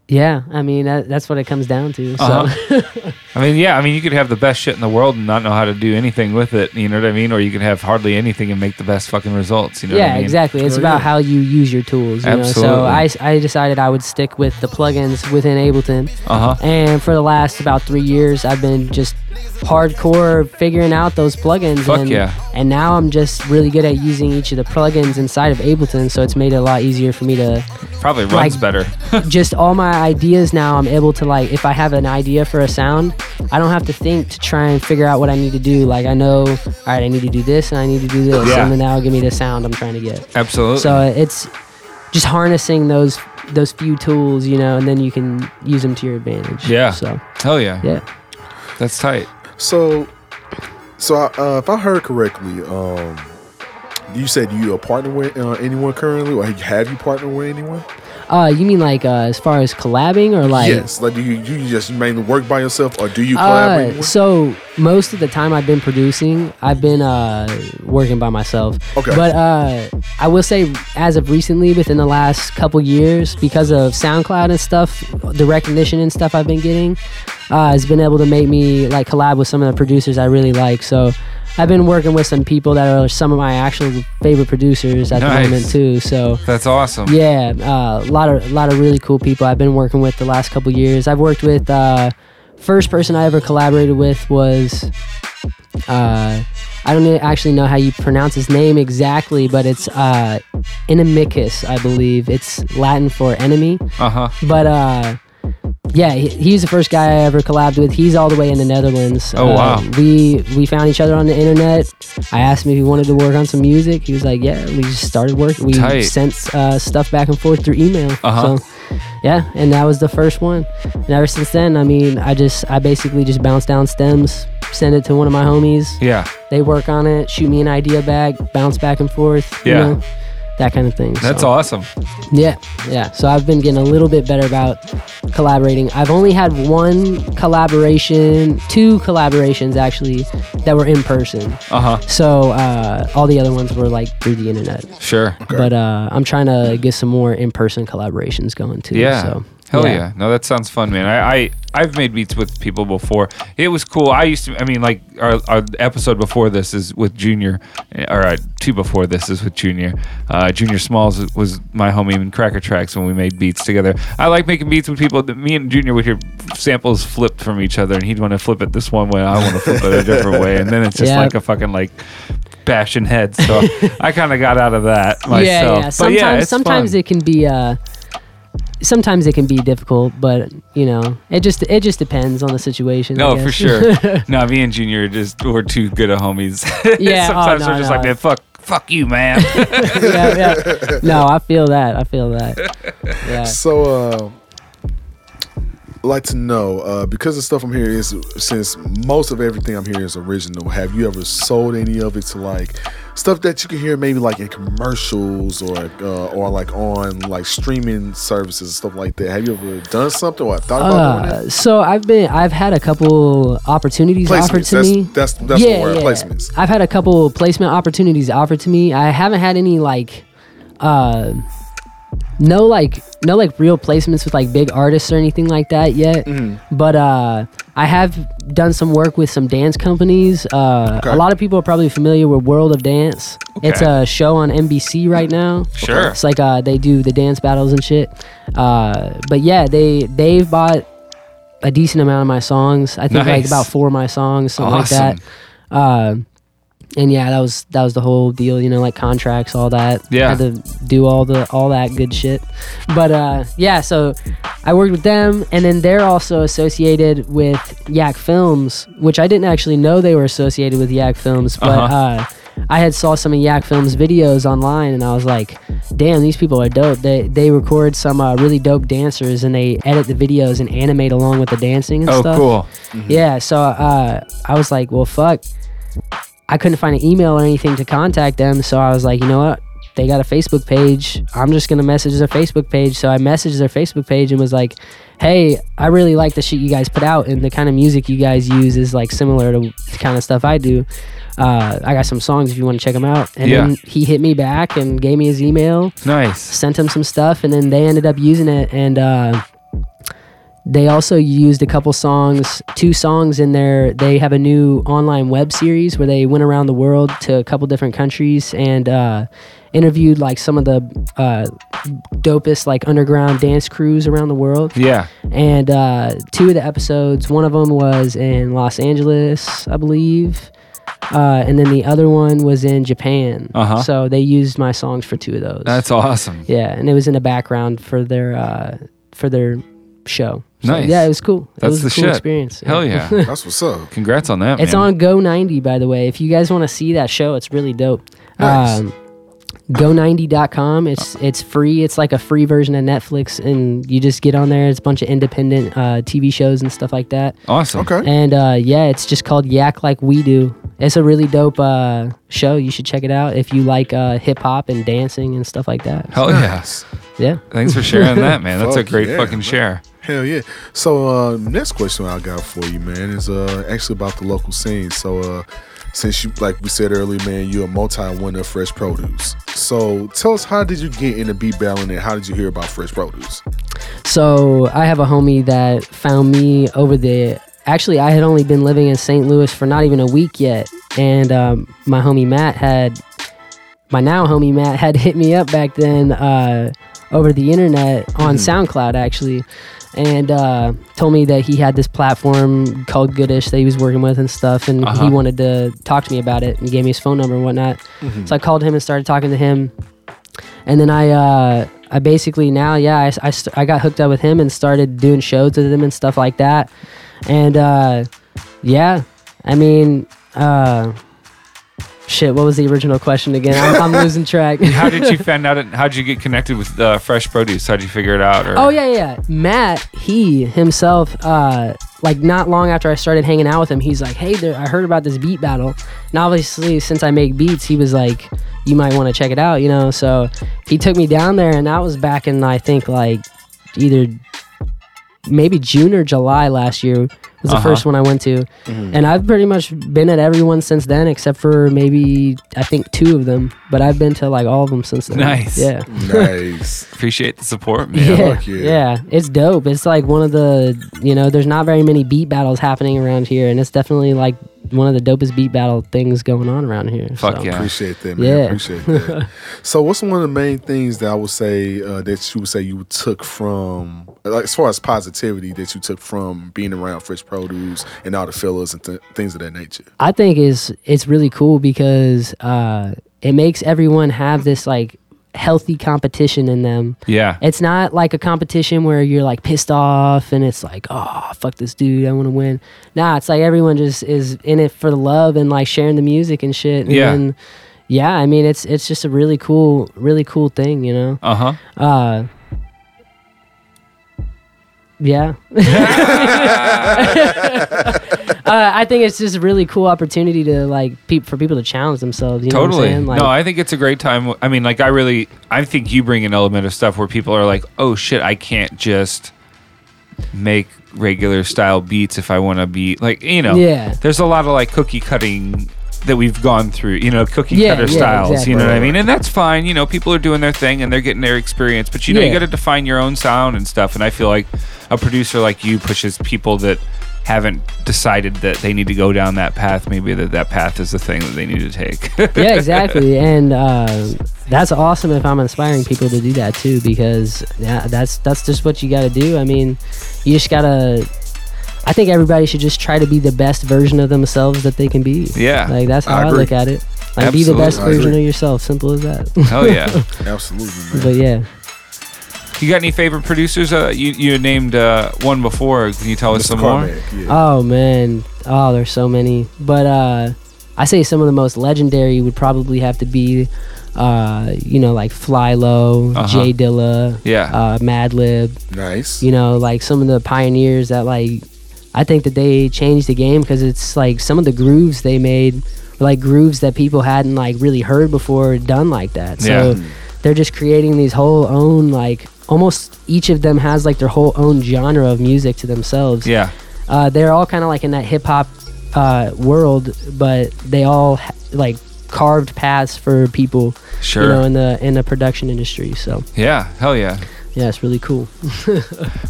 Speaker 3: yeah, I mean that, that's what it comes down to. So
Speaker 2: Uh-huh. I mean, yeah. I mean, you could have the best shit in the world and not know how to do anything with it. You know what I mean? Or you could have hardly anything and make the best fucking results. You know what
Speaker 3: yeah,
Speaker 2: I mean?
Speaker 3: exactly. It's
Speaker 1: Oh,
Speaker 3: about
Speaker 1: yeah.
Speaker 3: how you use your tools. You Know? So
Speaker 2: Absolutely.
Speaker 3: I s- I decided I would stick with the plugins within Ableton.
Speaker 2: Uh huh.
Speaker 3: And for the last about three years, I've been just hardcore figuring out those plugins.
Speaker 2: Fuck
Speaker 3: and,
Speaker 2: yeah.
Speaker 3: And now I'm just really good at using each of the plugins inside of Ableton, so it's made it a lot easier for me to
Speaker 2: Probably runs
Speaker 3: Like-
Speaker 2: better.
Speaker 3: just all my ideas now. I'm able to like, if I have an idea for a sound, I don't have to think to try and figure out what I need to do. Like I know, all right, I need to do this and I need to do this,
Speaker 2: Yeah.
Speaker 3: and then that'll give me the sound I'm trying to get.
Speaker 2: Absolutely.
Speaker 3: So uh, it's just harnessing those those few tools, you know, and then you can use them to your advantage.
Speaker 2: Yeah.
Speaker 3: So
Speaker 2: Hell yeah.
Speaker 3: yeah.
Speaker 2: That's tight.
Speaker 1: So, so I, uh, if I heard correctly, um, you said you are partnered with uh, anyone currently, or have you partnered with anyone?
Speaker 3: Uh, you mean like uh, as far as collabing or like?
Speaker 1: yes. Like, do you you just mainly work by yourself, or do you collab with
Speaker 3: Uh,
Speaker 1: anyone?
Speaker 3: so most of the time I've been producing, I've been uh, working by myself.
Speaker 1: Okay.
Speaker 3: But uh, I will say, as of recently, within the last couple years, because of SoundCloud and stuff, the recognition and stuff I've been getting, uh, has been able to make me like collab with some of the producers I really like. So I've been working with some people that are some of my actual favorite producers at
Speaker 2: Nice.
Speaker 3: the moment too. So
Speaker 2: That's awesome.
Speaker 3: Yeah, uh, a lot of lot of really cool people I've been working with the last couple years. I've worked with uh, first person I ever collaborated with was uh, I don't e- actually know how you pronounce his name exactly, but it's uh, Inimicus, I believe. It's Latin for enemy,
Speaker 2: Uh huh.
Speaker 3: but. Uh, Yeah, he, he's the first guy I ever collabed with. He's all the way in the Netherlands. Um,
Speaker 2: Oh, wow.
Speaker 3: We we found each other on the internet. I asked him if he wanted to work on some music. He was like, "Yeah." We just started working. We
Speaker 2: Tight.
Speaker 3: sent uh, stuff back and forth through email.
Speaker 2: Uh-huh.
Speaker 3: So, yeah, and that was the first one. And ever since then, I mean, I just I basically just bounce down stems, send it to one of my homies.
Speaker 2: Yeah.
Speaker 3: They work on it, shoot me an idea back, bounce back and forth.
Speaker 2: Yeah.
Speaker 3: You know, that kind of thing.
Speaker 2: That's
Speaker 3: so.
Speaker 2: awesome.
Speaker 3: Yeah, yeah. So I've been getting a little bit better about collaborating. I've only had one collaboration, two collaborations actually, that were in person.
Speaker 2: Uh huh.
Speaker 3: So uh, all the other ones were like through the internet.
Speaker 2: Sure.
Speaker 3: But uh, I'm trying to get some more in person collaborations going too.
Speaker 2: Yeah.
Speaker 3: So,
Speaker 2: Hell yeah. No, that sounds fun, man. I, I I've made beats with people before. It was cool. I used to. I mean, like our, our episode before this is with Junior, or uh, two before this is with Junior. Uh, Junior Smalls was my homie in Cracker Tracks when we made beats together. I like making beats with people. that Me and Junior would hear samples flipped from each other, and he'd want to flip it this one way, I want to flip it a different way, and then it's just
Speaker 3: Yeah.
Speaker 2: like a fucking like bashing heads. So I kind of got out of that myself.
Speaker 3: Yeah, yeah.
Speaker 2: But
Speaker 3: Sometimes,
Speaker 2: yeah, it's
Speaker 3: sometimes
Speaker 2: fun.
Speaker 3: it can be. Uh, sometimes it can be difficult, but you know, it just it just depends on the situation. I
Speaker 2: No, for
Speaker 3: guess.
Speaker 2: sure. no, me and Junior are just we're too good of homies.
Speaker 3: Yeah, oh,
Speaker 2: Sometimes
Speaker 3: no,
Speaker 2: we're just
Speaker 3: no.
Speaker 2: like, man, fuck, fuck you, man.
Speaker 3: yeah, yeah. No, I feel that. I feel that. Yeah.
Speaker 1: So, uh, I'd like to know uh, because the stuff I'm hearing is since most of everything I'm hearing is original. Have you ever sold any of it to like stuff that you can hear maybe like in commercials or uh, or like on like streaming services and stuff like that? Have you ever done something or thought about doing that?
Speaker 3: Uh, so I've been, I've had a couple opportunities offered
Speaker 1: Placements.
Speaker 3: to me.
Speaker 1: That's that's that's the word. Placements.
Speaker 3: I've had a couple placement opportunities offered to me. I haven't had any like, uh, no like no like real placements with like big artists or anything like that yet.
Speaker 1: Mm-hmm.
Speaker 3: But uh, I have done some work with some dance companies. Uh,
Speaker 1: Okay.
Speaker 3: A lot of people are probably familiar with World of Dance. It's
Speaker 2: Okay.
Speaker 3: a show on NBC right now.
Speaker 2: Sure.
Speaker 3: It's like uh, they do the dance battles and shit. Uh, but yeah, they they've bought a decent amount of my songs. I think like
Speaker 2: Nice.
Speaker 3: about four of my songs, something
Speaker 2: Awesome.
Speaker 3: like that. Uh, and yeah, that was that was the whole deal, you know, like contracts, all that.
Speaker 2: Yeah.
Speaker 3: had to do all the all that good shit. But uh, yeah, so I worked with them, and then they're also associated with Yak Films, which I didn't actually know they were associated with Yak Films, but.
Speaker 2: Uh-huh.
Speaker 3: uh I had saw some of Yak Films videos online, and I was like, "Damn, these people are dope. They they record some uh, really dope dancers, and they edit the videos and animate along with the dancing and
Speaker 2: oh,
Speaker 3: stuff."
Speaker 2: cool.
Speaker 3: Yeah, so uh, I was like, "Well, fuck." I couldn't find an email or anything to contact them, so I was like, "You know what? They got a Facebook page. I'm just gonna message their Facebook page." So I messaged their Facebook page and was like, "Hey, I really like the shit you guys put out, and the kind of music you guys use is like similar to the kind of stuff I do." uh, I got some songs if you want to check them out. And
Speaker 2: Yeah.
Speaker 3: then he hit me back and gave me his email,
Speaker 2: Nice.
Speaker 3: sent him some stuff, and then they ended up using it. And uh, they also used a couple songs, two songs in there. They have a new online web series where they went around the world to a couple different countries and uh, interviewed like some of the uh, dopest like underground dance crews around the world
Speaker 2: Yeah.
Speaker 3: and uh, two of the episodes one of them was in los angeles i believe uh, and then the other one was in japan
Speaker 2: Uh-huh.
Speaker 3: so they used my songs for two of those
Speaker 2: That's awesome.
Speaker 3: yeah and it was in the background for their uh, for their show So,
Speaker 2: Nice.
Speaker 3: yeah it was cool it
Speaker 2: That's
Speaker 3: was
Speaker 2: the
Speaker 3: a cool
Speaker 2: shit.
Speaker 3: experience
Speaker 2: Hell yeah.
Speaker 1: That's what's up.
Speaker 2: Congrats on that.
Speaker 3: it's
Speaker 2: man.
Speaker 3: on Go 90, by the way. If you guys want to see that show, it's really dope.
Speaker 1: Nice.
Speaker 3: Um, Go90.com. It's it's free. It's like a free version of Netflix, and you just get on there. It's a bunch of independent uh, TV shows and stuff like that.
Speaker 2: Awesome.
Speaker 1: Okay.
Speaker 3: And uh, yeah, it's just called Yak Like We Do. It's a really dope uh, show. You should check it out if you like uh, hip hop and dancing and stuff like that.
Speaker 2: Hell yeah.
Speaker 3: Yeah.
Speaker 2: Thanks for sharing that, man. That's a
Speaker 1: Fuck
Speaker 2: great
Speaker 1: yeah,
Speaker 2: fucking
Speaker 1: man.
Speaker 2: share.
Speaker 1: Hell yeah. So uh next question I got for you, man, is uh actually about the local scene. So uh since you like we said earlier, man, you're a multi-winner of fresh produce. So tell us how did you get into beat battling and how did you hear about fresh produce?
Speaker 3: So I have a homie that found me over the. Actually, I had only been living in St. Louis for not even a week yet, and um, my homie Matt had, my now homie Matt had hit me up back then uh, over the internet on SoundCloud actually, and uh, told me that he had this platform called Goodish that he was working with and stuff, and
Speaker 2: Uh-huh.
Speaker 3: he wanted to talk to me about it and gave me his phone number and whatnot. So I called him and started talking to him and then I uh, I basically now, yeah, I, s- I st- I got hooked up with him and started doing shows with him and stuff like that. And uh, yeah, I mean, uh, shit, what was the original question again? I'm, I'm losing track.
Speaker 2: How did you find out? How did you get connected with uh, Fresh Produce? How did you figure it out? Or,
Speaker 3: Oh yeah, yeah. Matt, he himself, uh, like not long after I started hanging out with him, he's like, "Hey, there, I heard about this beat battle." And obviously, since I make beats, he was like, "You might want to check it out," you know. So he took me down there, and that was back in I think like either maybe June or July last year was
Speaker 2: Uh-huh.
Speaker 3: the
Speaker 2: Mm-hmm.
Speaker 3: first one I went to, and I've pretty much been at everyone since then, except for maybe I think two of them. But I've been to like all of them since then.
Speaker 2: Nice.
Speaker 3: Yeah.
Speaker 1: nice.
Speaker 2: Appreciate the support, man.
Speaker 3: Yeah,
Speaker 1: fuck yeah.
Speaker 3: yeah. it's dope. It's like one of the you know, there's not very many beat battles happening around here, and it's definitely like one of the dopest beat battle things going on around here.
Speaker 2: Fuck
Speaker 3: so.
Speaker 2: yeah.
Speaker 1: Appreciate that, man.
Speaker 3: Yeah.
Speaker 1: Appreciate that. so, what's one of the main things that I would say uh, that you would say you took from, like, as far as positivity that you took from being around fresh produce and all the fellas and th- things of that nature?
Speaker 3: I think is it's really cool because uh, it makes everyone have this like healthy competition in them.
Speaker 2: Yeah.
Speaker 3: It's not like a competition where you're like pissed off and it's like, oh, fuck this dude, I want to win. Nah, it's like everyone just is in it for the love and like sharing the music and shit. And
Speaker 2: Yeah.
Speaker 3: Then, yeah, I mean it's it's just a really cool, really cool thing, you know.
Speaker 2: Uh huh.
Speaker 3: Uh, yeah. uh, Uh, I think it's just a really cool opportunity to like peop for people to challenge themselves. You
Speaker 2: Totally.
Speaker 3: Know what I'm saying? Like,
Speaker 2: no, I think it's a great time. I mean, like, I really, I think you bring an element of stuff where people are like, oh shit, I can't just make regular style beats if I want to be like, you know,
Speaker 3: Yeah.
Speaker 2: there's a lot of like cookie cutting that we've gone through, you know, cookie
Speaker 3: Yeah,
Speaker 2: cutter
Speaker 3: yeah,
Speaker 2: styles,
Speaker 3: exactly.
Speaker 2: you know what I mean? And that's fine. You know, people are doing their thing and they're getting their experience, but you know, you
Speaker 3: Yeah.
Speaker 2: got to define your own sound and stuff. And I feel like a producer like you pushes people that haven't decided that they need to go down that path maybe that that path is the thing that they need to take
Speaker 3: yeah, exactly. And uh, that's awesome if I'm inspiring people to do that too, because yeah, that's that's just what you got to do. I mean, you just gotta. I think everybody should just try to be the best version of themselves that they can be.
Speaker 2: Yeah.
Speaker 3: like that's how
Speaker 1: I
Speaker 3: I,
Speaker 1: agree.
Speaker 3: look at it. Like be the
Speaker 2: Absolutely.
Speaker 3: best
Speaker 1: I
Speaker 3: version
Speaker 1: agree.
Speaker 3: of yourself. Simple as that.
Speaker 2: Hell yeah!
Speaker 1: Absolutely, man.
Speaker 3: but yeah.
Speaker 2: You got any favorite producers? Uh, you you named uh, one before. Can you tell us some more?
Speaker 1: Cormac, yeah.
Speaker 3: Oh man, oh there's so many. But uh, I say some of the most legendary would probably have to be, uh, you know, like Fly Low,
Speaker 2: Uh-huh.
Speaker 3: Jay Dilla,
Speaker 2: Yeah.
Speaker 3: uh, Madlib.
Speaker 1: nice.
Speaker 3: You know, like some of the pioneers that like I think that they changed the game because it's like some of the grooves they made, were, like grooves that people hadn't like really heard before or done like that. So
Speaker 2: Yeah.
Speaker 3: they're just creating these whole own like almost each of them has like their whole own genre of music to themselves
Speaker 2: Yeah,
Speaker 3: uh, they're all kind of like in that hip hop uh, world, but they all ha- like carved paths for people,
Speaker 2: sure.
Speaker 3: you know, in the in the production industry. So
Speaker 2: yeah, hell yeah.
Speaker 3: yeah, it's really cool.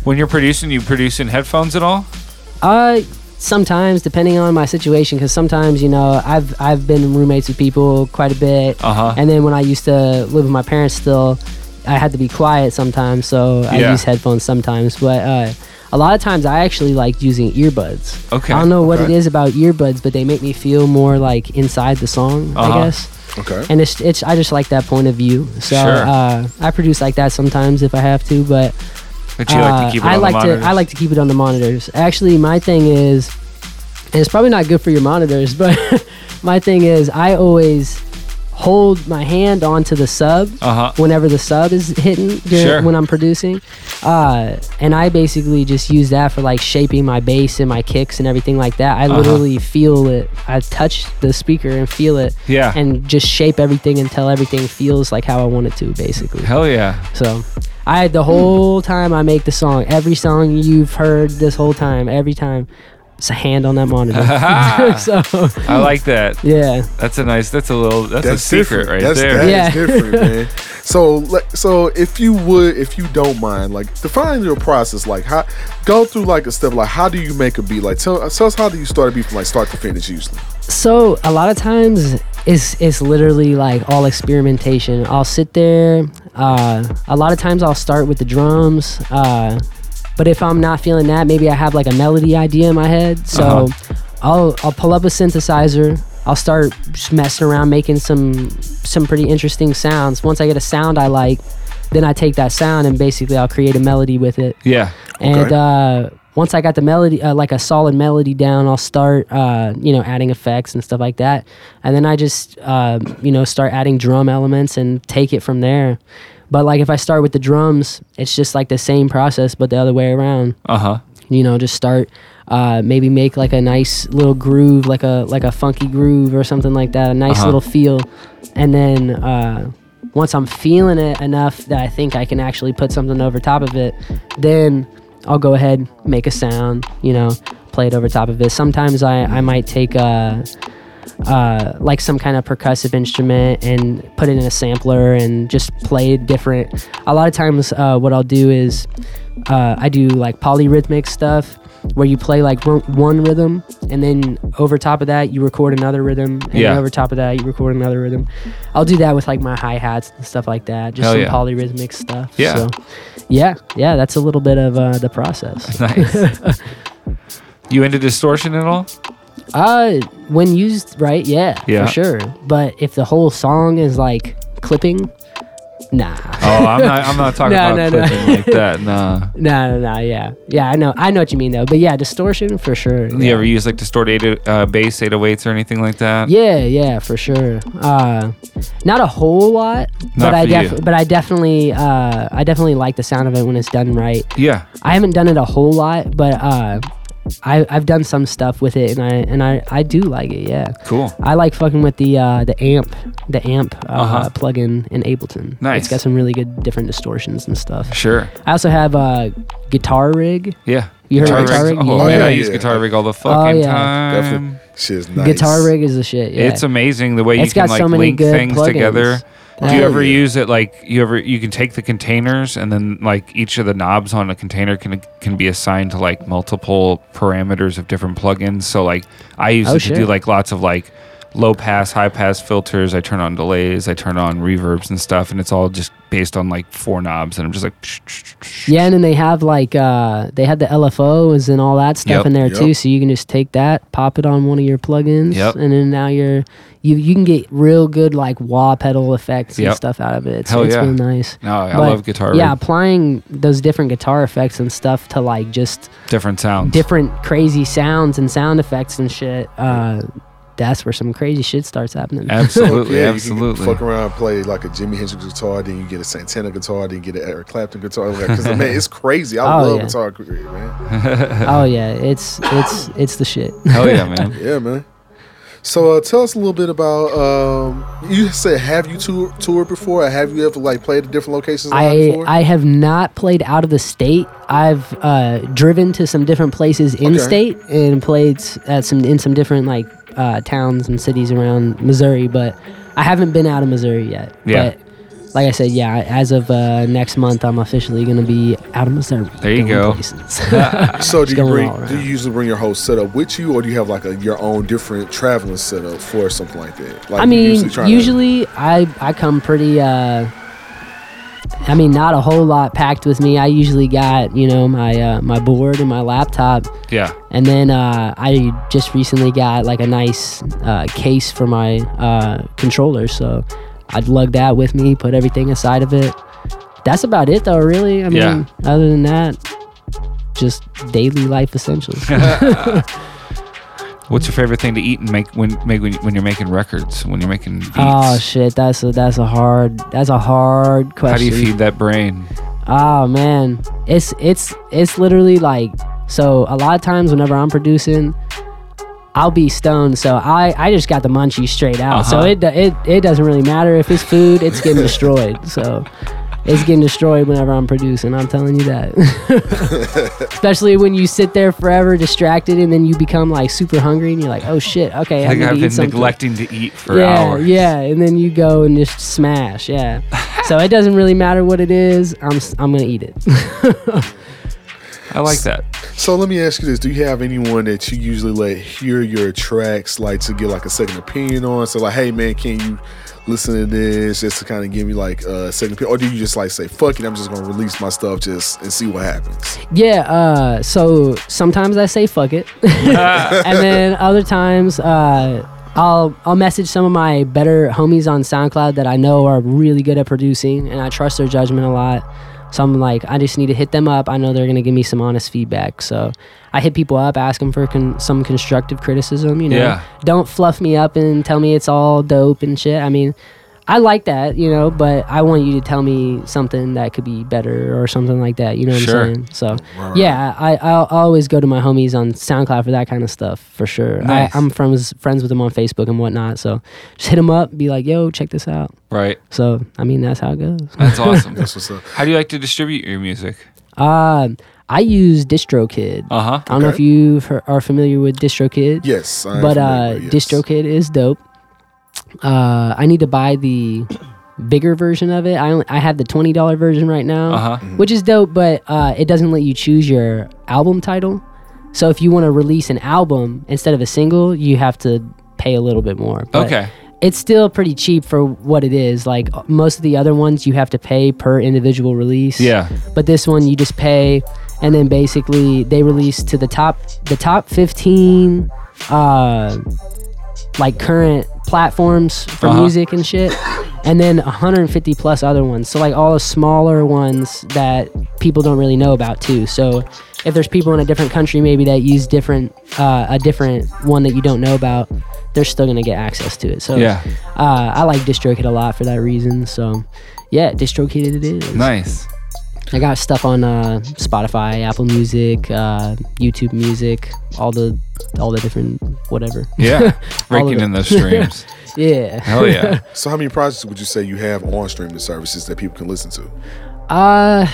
Speaker 2: When you're producing, you produce in headphones at all?
Speaker 3: Uh, sometimes depending on my situation, because sometimes you know I've I've been roommates with people quite a bit,
Speaker 2: Uh-huh.
Speaker 3: and then when I used to live with my parents still, I had to be quiet sometimes, so I
Speaker 2: Yeah.
Speaker 3: use headphones sometimes, but. Uh, a lot of times I actually like using earbuds.
Speaker 2: Okay.
Speaker 3: I don't know what
Speaker 1: Okay.
Speaker 3: it is about earbuds, but they make me feel more like inside the song,
Speaker 2: Uh-huh.
Speaker 3: I guess.
Speaker 1: Okay.
Speaker 3: And it's, it's I just like that point of view. So
Speaker 2: Sure.
Speaker 3: uh, I produce like that sometimes if I have to, but
Speaker 2: But you like to keep it
Speaker 3: uh, I
Speaker 2: on
Speaker 3: like
Speaker 2: the
Speaker 3: to I like to keep it on the monitors. Actually, my thing is, and it's probably not good for your monitors, but my thing is I always hold my hand onto the sub
Speaker 2: Uh huh.
Speaker 3: whenever the sub is hitting during,
Speaker 2: Sure.
Speaker 3: when I'm producing, uh, and I basically just use that for like shaping my bass and my kicks and everything like that. I
Speaker 2: Uh-huh.
Speaker 3: literally feel it. I touch the speaker and feel it,
Speaker 2: Yeah.
Speaker 3: and just shape everything until everything feels like how I want it to, basically.
Speaker 2: Hell yeah.
Speaker 3: So I the whole time I make the song, every song you've heard this whole time, every time, it's a hand on that monitor. so
Speaker 2: I like that.
Speaker 3: Mm. yeah,
Speaker 2: That's a nice. That's a little. That's, a secret
Speaker 1: different.
Speaker 2: right
Speaker 1: that's,
Speaker 2: there.
Speaker 1: that is
Speaker 3: Yeah.
Speaker 1: different, man. So, like, so if you would, if you don't mind, like define your process. Like, how go through like a step. Like, how do you make a beat? Like, tell, tell us how do you start a beat from like start to finish usually.
Speaker 3: so a lot of times it's it's literally like all experimentation i'll sit there uh, a lot of times i'll start with the drums uh, but if i'm not feeling that maybe i have like a melody idea in my head so i'll i'll pull up a synthesizer i'll start just messing around making some some pretty interesting sounds once i get a sound i like then I take that sound and basically I'll create a melody with it.
Speaker 2: Yeah.
Speaker 3: And uh, once I got the melody, uh, like a solid melody down, I'll start, uh, you know, adding effects and stuff like that. And then I just, uh, you know, start adding drum elements and take it from there. But like if I start with the drums, it's just like the same process, but the other way around.
Speaker 2: Uh huh.
Speaker 3: You know, just start, uh, maybe make like a nice little groove, like a like a funky groove or something like that, a nice
Speaker 2: Uh-huh.
Speaker 3: little feel, and then. Uh, once I'm feeling it enough that I think I can actually put something over top of it, then I'll go ahead, make a sound, you know, play it over top of it. Sometimes I, I might take a, uh, like some kind of percussive instrument and put it in a sampler and just play it different. A lot of times, uh, what I'll do is uh, I do like polyrhythmic stuff where you play like ro- one rhythm and then over top of that you record another rhythm and
Speaker 2: Yeah.
Speaker 3: over top of that you record another rhythm. I'll do that with like my hi hats and stuff like that. Just
Speaker 2: Hell
Speaker 3: some
Speaker 2: yeah.
Speaker 3: polyrhythmic stuff.
Speaker 2: Yeah.
Speaker 3: So, yeah. Yeah. That's a little bit of uh, the process.
Speaker 2: Nice. you into distortion at all?
Speaker 3: Uh, when used right, yeah,
Speaker 2: Yeah.
Speaker 3: for sure. But if the whole song is like clipping, nah.
Speaker 2: Oh, I'm not. I'm not talking
Speaker 3: No,
Speaker 2: about
Speaker 3: no, no.
Speaker 2: clipping like that. Nah.
Speaker 3: Nah, nah, nah, yeah, yeah. I know, I know what you mean though. But yeah, distortion for sure.
Speaker 2: You ever use like distorted uh, bass 808s or anything like that?
Speaker 3: Yeah, yeah, for sure. Uh, not a whole lot,
Speaker 2: Not
Speaker 3: but I
Speaker 2: for you.
Speaker 3: def- but I definitely, uh, I definitely like the sound of it when it's done right.
Speaker 2: Yeah.
Speaker 3: I haven't done it a whole lot, but uh, I, I've done some stuff with it, and I and I, I do like it. Yeah.
Speaker 2: Cool.
Speaker 3: I like fucking with the uh, the amp, the amp uh,
Speaker 2: Uh-huh.
Speaker 3: plugin in Ableton.
Speaker 2: Nice.
Speaker 3: It's got some really good different distortions and stuff.
Speaker 2: Sure.
Speaker 3: I also have a uh, guitar rig.
Speaker 2: Yeah.
Speaker 3: You heard
Speaker 2: guitar
Speaker 3: guitar
Speaker 2: rig.
Speaker 3: rig?
Speaker 2: Oh,
Speaker 1: Yeah.
Speaker 2: man,
Speaker 1: Yeah,
Speaker 2: I use
Speaker 1: yeah.
Speaker 2: guitar rig all the fucking
Speaker 3: Oh, yeah.
Speaker 2: time.
Speaker 1: Definitely. Shit's nice.
Speaker 3: Guitar rig is the shit. Yeah.
Speaker 2: It's amazing the way
Speaker 3: It's
Speaker 2: you can
Speaker 3: got
Speaker 2: like
Speaker 3: so many
Speaker 2: link
Speaker 3: good
Speaker 2: things
Speaker 3: plugins.
Speaker 2: together. Do you
Speaker 1: Yeah.
Speaker 2: ever use it like you ever you can take the containers and then like each of the knobs on a container can can be assigned to like multiple parameters of different plugins. So like I use
Speaker 3: Oh,
Speaker 2: it to do
Speaker 3: shit.
Speaker 2: like lots of like low pass, high pass filters. I turn on delays, I turn on reverbs and stuff, and it's all just based on like four knobs. And I'm just like,
Speaker 3: yeah, and then they have like uh, they have the LFOs and all that stuff
Speaker 2: Yep.
Speaker 3: in there
Speaker 1: Yep.
Speaker 3: too. So you can just take that, pop it on one of your plugins,
Speaker 2: Yep.
Speaker 3: and then now you're you you can get real good like wah pedal effects
Speaker 2: Yep.
Speaker 3: and stuff out of it. It's,
Speaker 2: Hell
Speaker 3: it's
Speaker 2: yeah.
Speaker 3: really nice.
Speaker 2: no, I
Speaker 3: But,
Speaker 2: love guitar.
Speaker 3: Yeah,
Speaker 2: rig.
Speaker 3: applying those different guitar effects and stuff to like just
Speaker 2: different sounds.
Speaker 3: different crazy sounds and sound effects and shit. Uh, that's where some crazy shit starts happening.
Speaker 2: absolutely,
Speaker 1: Yeah, you can Fuck
Speaker 2: absolutely.
Speaker 1: around, and play like a Jimi Hendrix guitar, then you get a Santana guitar, then you get an Eric Clapton guitar. Because man, it's crazy. I
Speaker 3: Oh,
Speaker 1: love
Speaker 3: yeah.
Speaker 1: guitar career, man.
Speaker 3: oh yeah, it's it's it's the shit.
Speaker 2: Hell yeah, man.
Speaker 1: Yeah, man. So uh, tell us a little bit about. Um, you said have you tour, toured before? Or have you ever like played at different locations? live
Speaker 3: I
Speaker 1: before?
Speaker 3: I have not played out of the state. I've uh, driven to some different places in
Speaker 1: Okay.
Speaker 3: state and played s- at some in some different like uh, towns and cities around Missouri, but I haven't been out of Missouri yet.
Speaker 2: Yeah.
Speaker 3: But like I said, yeah, as of uh, next month, I'm officially going to be out of Missouri.
Speaker 2: There you
Speaker 3: going
Speaker 2: go.
Speaker 3: places.
Speaker 1: So do you
Speaker 3: going
Speaker 1: bring?
Speaker 3: all
Speaker 1: Do you usually bring your whole setup with you, or do you have like a, your own different traveling setup for something like that? Like
Speaker 3: I
Speaker 1: you
Speaker 3: mean,
Speaker 1: try
Speaker 3: usually,
Speaker 1: to-
Speaker 3: I I come pretty. Uh, I mean, not a whole lot packed with me. I usually got you know my uh, my board and my laptop,
Speaker 2: Yeah.
Speaker 3: and then uh, I just recently got like a nice uh, case for my uh, controller. So I'd lug that with me, put everything inside of it. That's about it, though. Really, I mean,
Speaker 2: Yeah.
Speaker 3: other than that, just daily life essentials.
Speaker 2: What's your favorite thing to eat and make when make when, you- when you're making records when you're making beats?
Speaker 3: oh shit, that's a that's a hard that's a hard question.
Speaker 2: How do you feed that brain?
Speaker 3: Oh man, it's it's it's literally like so. A lot of times, whenever I'm producing, I'll be stoned, so I I just got the munchies straight out. So
Speaker 2: Uh-huh.
Speaker 3: it do- it it doesn't really matter if it's food; it's getting destroyed. So it's getting destroyed whenever I'm producing. I'm telling you that. Especially when you sit there forever distracted, and then you become like super hungry, and you're like, oh shit, okay,
Speaker 2: I
Speaker 3: I
Speaker 2: think
Speaker 3: need to
Speaker 2: I've
Speaker 3: eat
Speaker 2: been
Speaker 3: something.
Speaker 2: neglecting to eat for
Speaker 3: yeah,
Speaker 2: hours.
Speaker 3: Yeah, and then you go and just smash. Yeah. so it doesn't really matter what it is. I'm s- I'm gonna eat it.
Speaker 2: I like that.
Speaker 1: So let me ask you this: Do you have anyone that you usually let hear your tracks, like to get like a second opinion on? So like, hey man, can you listen to this just to kind of give me like a second opinion, or do you just like say, fuck it, I'm just gonna release my stuff just and see what happens?
Speaker 3: yeah. Uh. So sometimes I say fuck it, and then other times uh I'll I'll message some of my better homies on SoundCloud that I know are really good at producing, and I trust their judgment a lot. So I'm like, I just need to hit them up. I know they're gonna give me some honest feedback. So I hit people up, ask them for con- some constructive criticism. You know,
Speaker 2: Yeah.
Speaker 3: don't fluff me up and tell me it's all dope and shit. I mean, I like that, you know, but I want you to tell me something that could be better or something like that. You know what
Speaker 2: Sure.
Speaker 3: I'm saying? So yeah, I I'll, I'll always go to my homies on SoundCloud for that kind of stuff for sure.
Speaker 2: Nice.
Speaker 3: I, I'm friends friends with them on Facebook and whatnot. So just hit them up, be like, yo, check this out.
Speaker 2: Right.
Speaker 3: So I mean, that's how it goes.
Speaker 2: That's awesome.
Speaker 1: That's what's up.
Speaker 2: How do you like to distribute your music?
Speaker 3: Uh, I use DistroKid.
Speaker 2: Uh huh.
Speaker 3: I don't know
Speaker 1: okay.
Speaker 3: if you have are familiar with DistroKid.
Speaker 1: Yes, I am
Speaker 3: but
Speaker 1: familiar,
Speaker 3: uh,
Speaker 1: yes.
Speaker 3: DistroKid is dope. Uh, I need to buy the bigger version of it. I only, I have the twenty dollar version right now,
Speaker 2: Uh-huh.
Speaker 1: Mm-hmm.
Speaker 3: which is dope, but uh, it doesn't let you choose your album title. So if you want to release an album instead of a single, you have to pay a little bit more. But
Speaker 2: Okay.
Speaker 3: it's still pretty cheap for what it is. Like uh, most of the other ones, you have to pay per individual release
Speaker 2: Yeah.
Speaker 3: but this one you just pay and then basically they release to the top the top 15 uh like current platforms for
Speaker 2: Uh-huh.
Speaker 3: music and shit and then 150 plus other ones so like all the smaller ones that people don't really know about too so if there's people in a different country maybe that use different uh, a different one that you don't know about they're still gonna get access to it so
Speaker 2: Yeah.
Speaker 3: uh, i like distrokid a lot for that reason so yeah distrokid it is
Speaker 2: Nice.
Speaker 3: I got stuff on uh, Spotify, Apple Music, uh, YouTube Music, all the all the different whatever.
Speaker 2: Yeah.
Speaker 3: All
Speaker 2: Raking
Speaker 3: of
Speaker 2: in
Speaker 3: it.
Speaker 2: those streams.
Speaker 3: Yeah.
Speaker 2: Hell yeah.
Speaker 1: So, how many projects would you say you have on streaming services that people can listen to?
Speaker 3: Uh,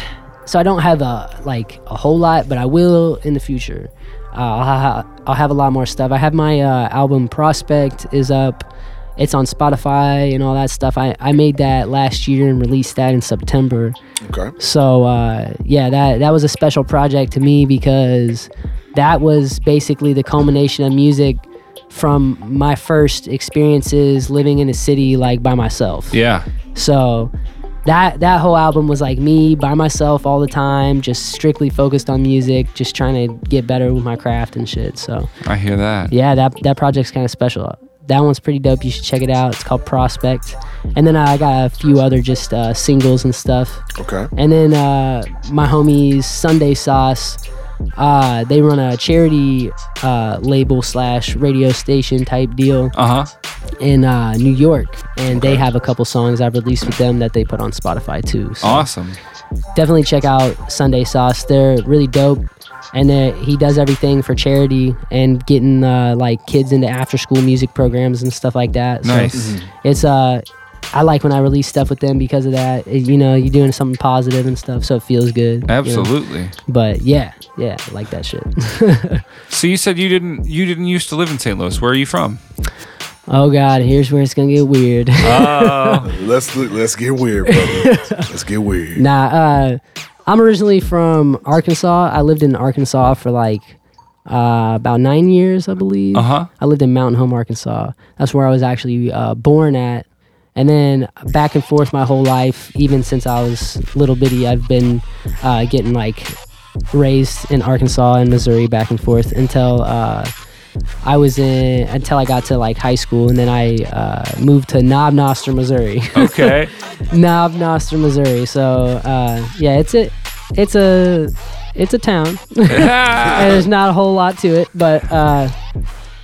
Speaker 3: so I don't have a like a whole lot, but I will in the future. Uh, I'll, ha- I'll have a lot more stuff. I have my uh, album Prospect is up. It's on Spotify and all that stuff. I, I made that last year and released that in September.
Speaker 1: Okay.
Speaker 3: So uh, yeah, that that was a special project to me because that was basically the culmination of music from my first experiences living in a city like by myself.
Speaker 2: Yeah.
Speaker 3: So that that whole album was like me by myself all the time, just strictly focused on music, just trying to get better with my craft and shit. So
Speaker 2: I hear that.
Speaker 3: yeah, that that project's kind of special. That one's pretty dope. You should check it out. It's called Prospect. And then I got a few other just uh, singles and stuff.
Speaker 1: Okay.
Speaker 3: And then uh, my homies Sunday Sauce, uh, they run a charity uh, label slash radio station type deal
Speaker 2: Uh huh.
Speaker 3: in uh, New York, and they have a couple songs I've released with them that they put on Spotify too. So
Speaker 2: Awesome.
Speaker 3: definitely check out Sunday Sauce. They're really dope. And uh, he does everything for charity and getting uh, like kids into after school music programs and stuff like that. So
Speaker 2: Nice.
Speaker 3: It's uh, I like when I release stuff with them because of that. It- you know, you're doing something positive and stuff, so it feels good. you know?
Speaker 2: Absolutely.
Speaker 3: But yeah, yeah, I like that shit.
Speaker 2: So you said you didn't you didn't used to live in St. Louis. Where are you from?
Speaker 3: oh God, here's where it's gonna get weird.
Speaker 2: Oh.
Speaker 1: Let's let's get weird, brother. let's get weird.
Speaker 3: Nah, uh, I'm originally from Arkansas. I lived in Arkansas for like uh, about nine years, I believe.
Speaker 2: Uh-huh.
Speaker 3: I lived in Mountain Home, Arkansas. That's where I was actually uh, born at. And then back and forth my whole life, even since I was little bitty, I've been uh, getting like raised in Arkansas and Missouri back and forth until uh, I was in until I got to like high school, and then I uh, moved to Knob Noster, Missouri.
Speaker 2: okay.
Speaker 3: Knob Noster, Missouri. So uh, yeah, it's a it's a it's a town. And there's not a whole lot to it, but uh,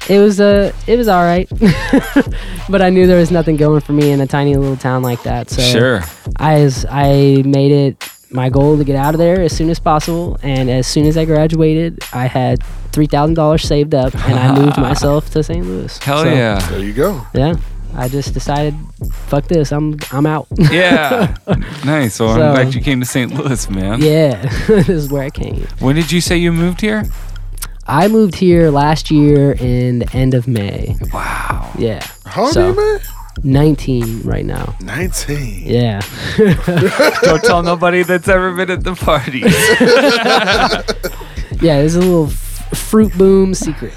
Speaker 3: it was a it was all right. but I knew there was nothing going for me in a tiny little town like that. So
Speaker 2: Sure.
Speaker 3: I was, I made it my goal to get out of there as soon as possible. And as soon as I graduated, I had three thousand dollars saved up, and I moved myself to St. Louis.
Speaker 2: Hell
Speaker 3: So,
Speaker 2: yeah.
Speaker 1: There you go.
Speaker 3: yeah. I just decided, fuck this, I'm I'm out.
Speaker 2: Yeah. nice. Well,
Speaker 3: So-
Speaker 2: I'm glad you came to St. Louis, man.
Speaker 3: Yeah, this is where I came.
Speaker 2: When did you say you moved here?
Speaker 3: I moved here last year in the end of May.
Speaker 2: Wow.
Speaker 3: Yeah.
Speaker 1: How old
Speaker 3: So-
Speaker 1: are you, man?
Speaker 3: 19 right now.
Speaker 1: Nineteen.
Speaker 3: Yeah.
Speaker 2: Don't tell nobody that's ever been at the party.
Speaker 3: Yeah, this is a little f- fruit boom secret.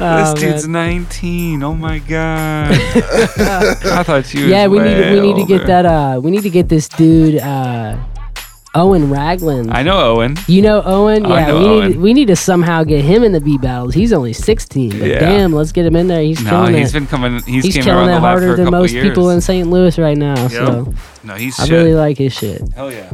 Speaker 3: Oh,
Speaker 2: this dude's 19. Oh my god. I thought you.
Speaker 3: yeah, we need we need to get that uh we need to get this dude uh Owen Ragland.
Speaker 2: I know Owen.
Speaker 3: you know Owen?
Speaker 2: I
Speaker 3: Yeah,
Speaker 2: know
Speaker 3: we need
Speaker 2: Owen.
Speaker 3: we need to somehow get him in the B battles. He's only 16, but
Speaker 2: Yeah.
Speaker 3: damn, let's get him in there. He's
Speaker 2: No,
Speaker 3: killing
Speaker 2: he's
Speaker 3: it.
Speaker 2: been coming. He's,
Speaker 3: he's
Speaker 2: came
Speaker 3: killing
Speaker 2: around the
Speaker 3: it
Speaker 2: lap for
Speaker 3: harder
Speaker 2: a
Speaker 3: than
Speaker 2: couple
Speaker 3: most
Speaker 2: years.
Speaker 3: people in St. Louis right now. So
Speaker 2: no, he's
Speaker 3: I
Speaker 2: shit.
Speaker 3: really like his shit.
Speaker 2: Hell yeah.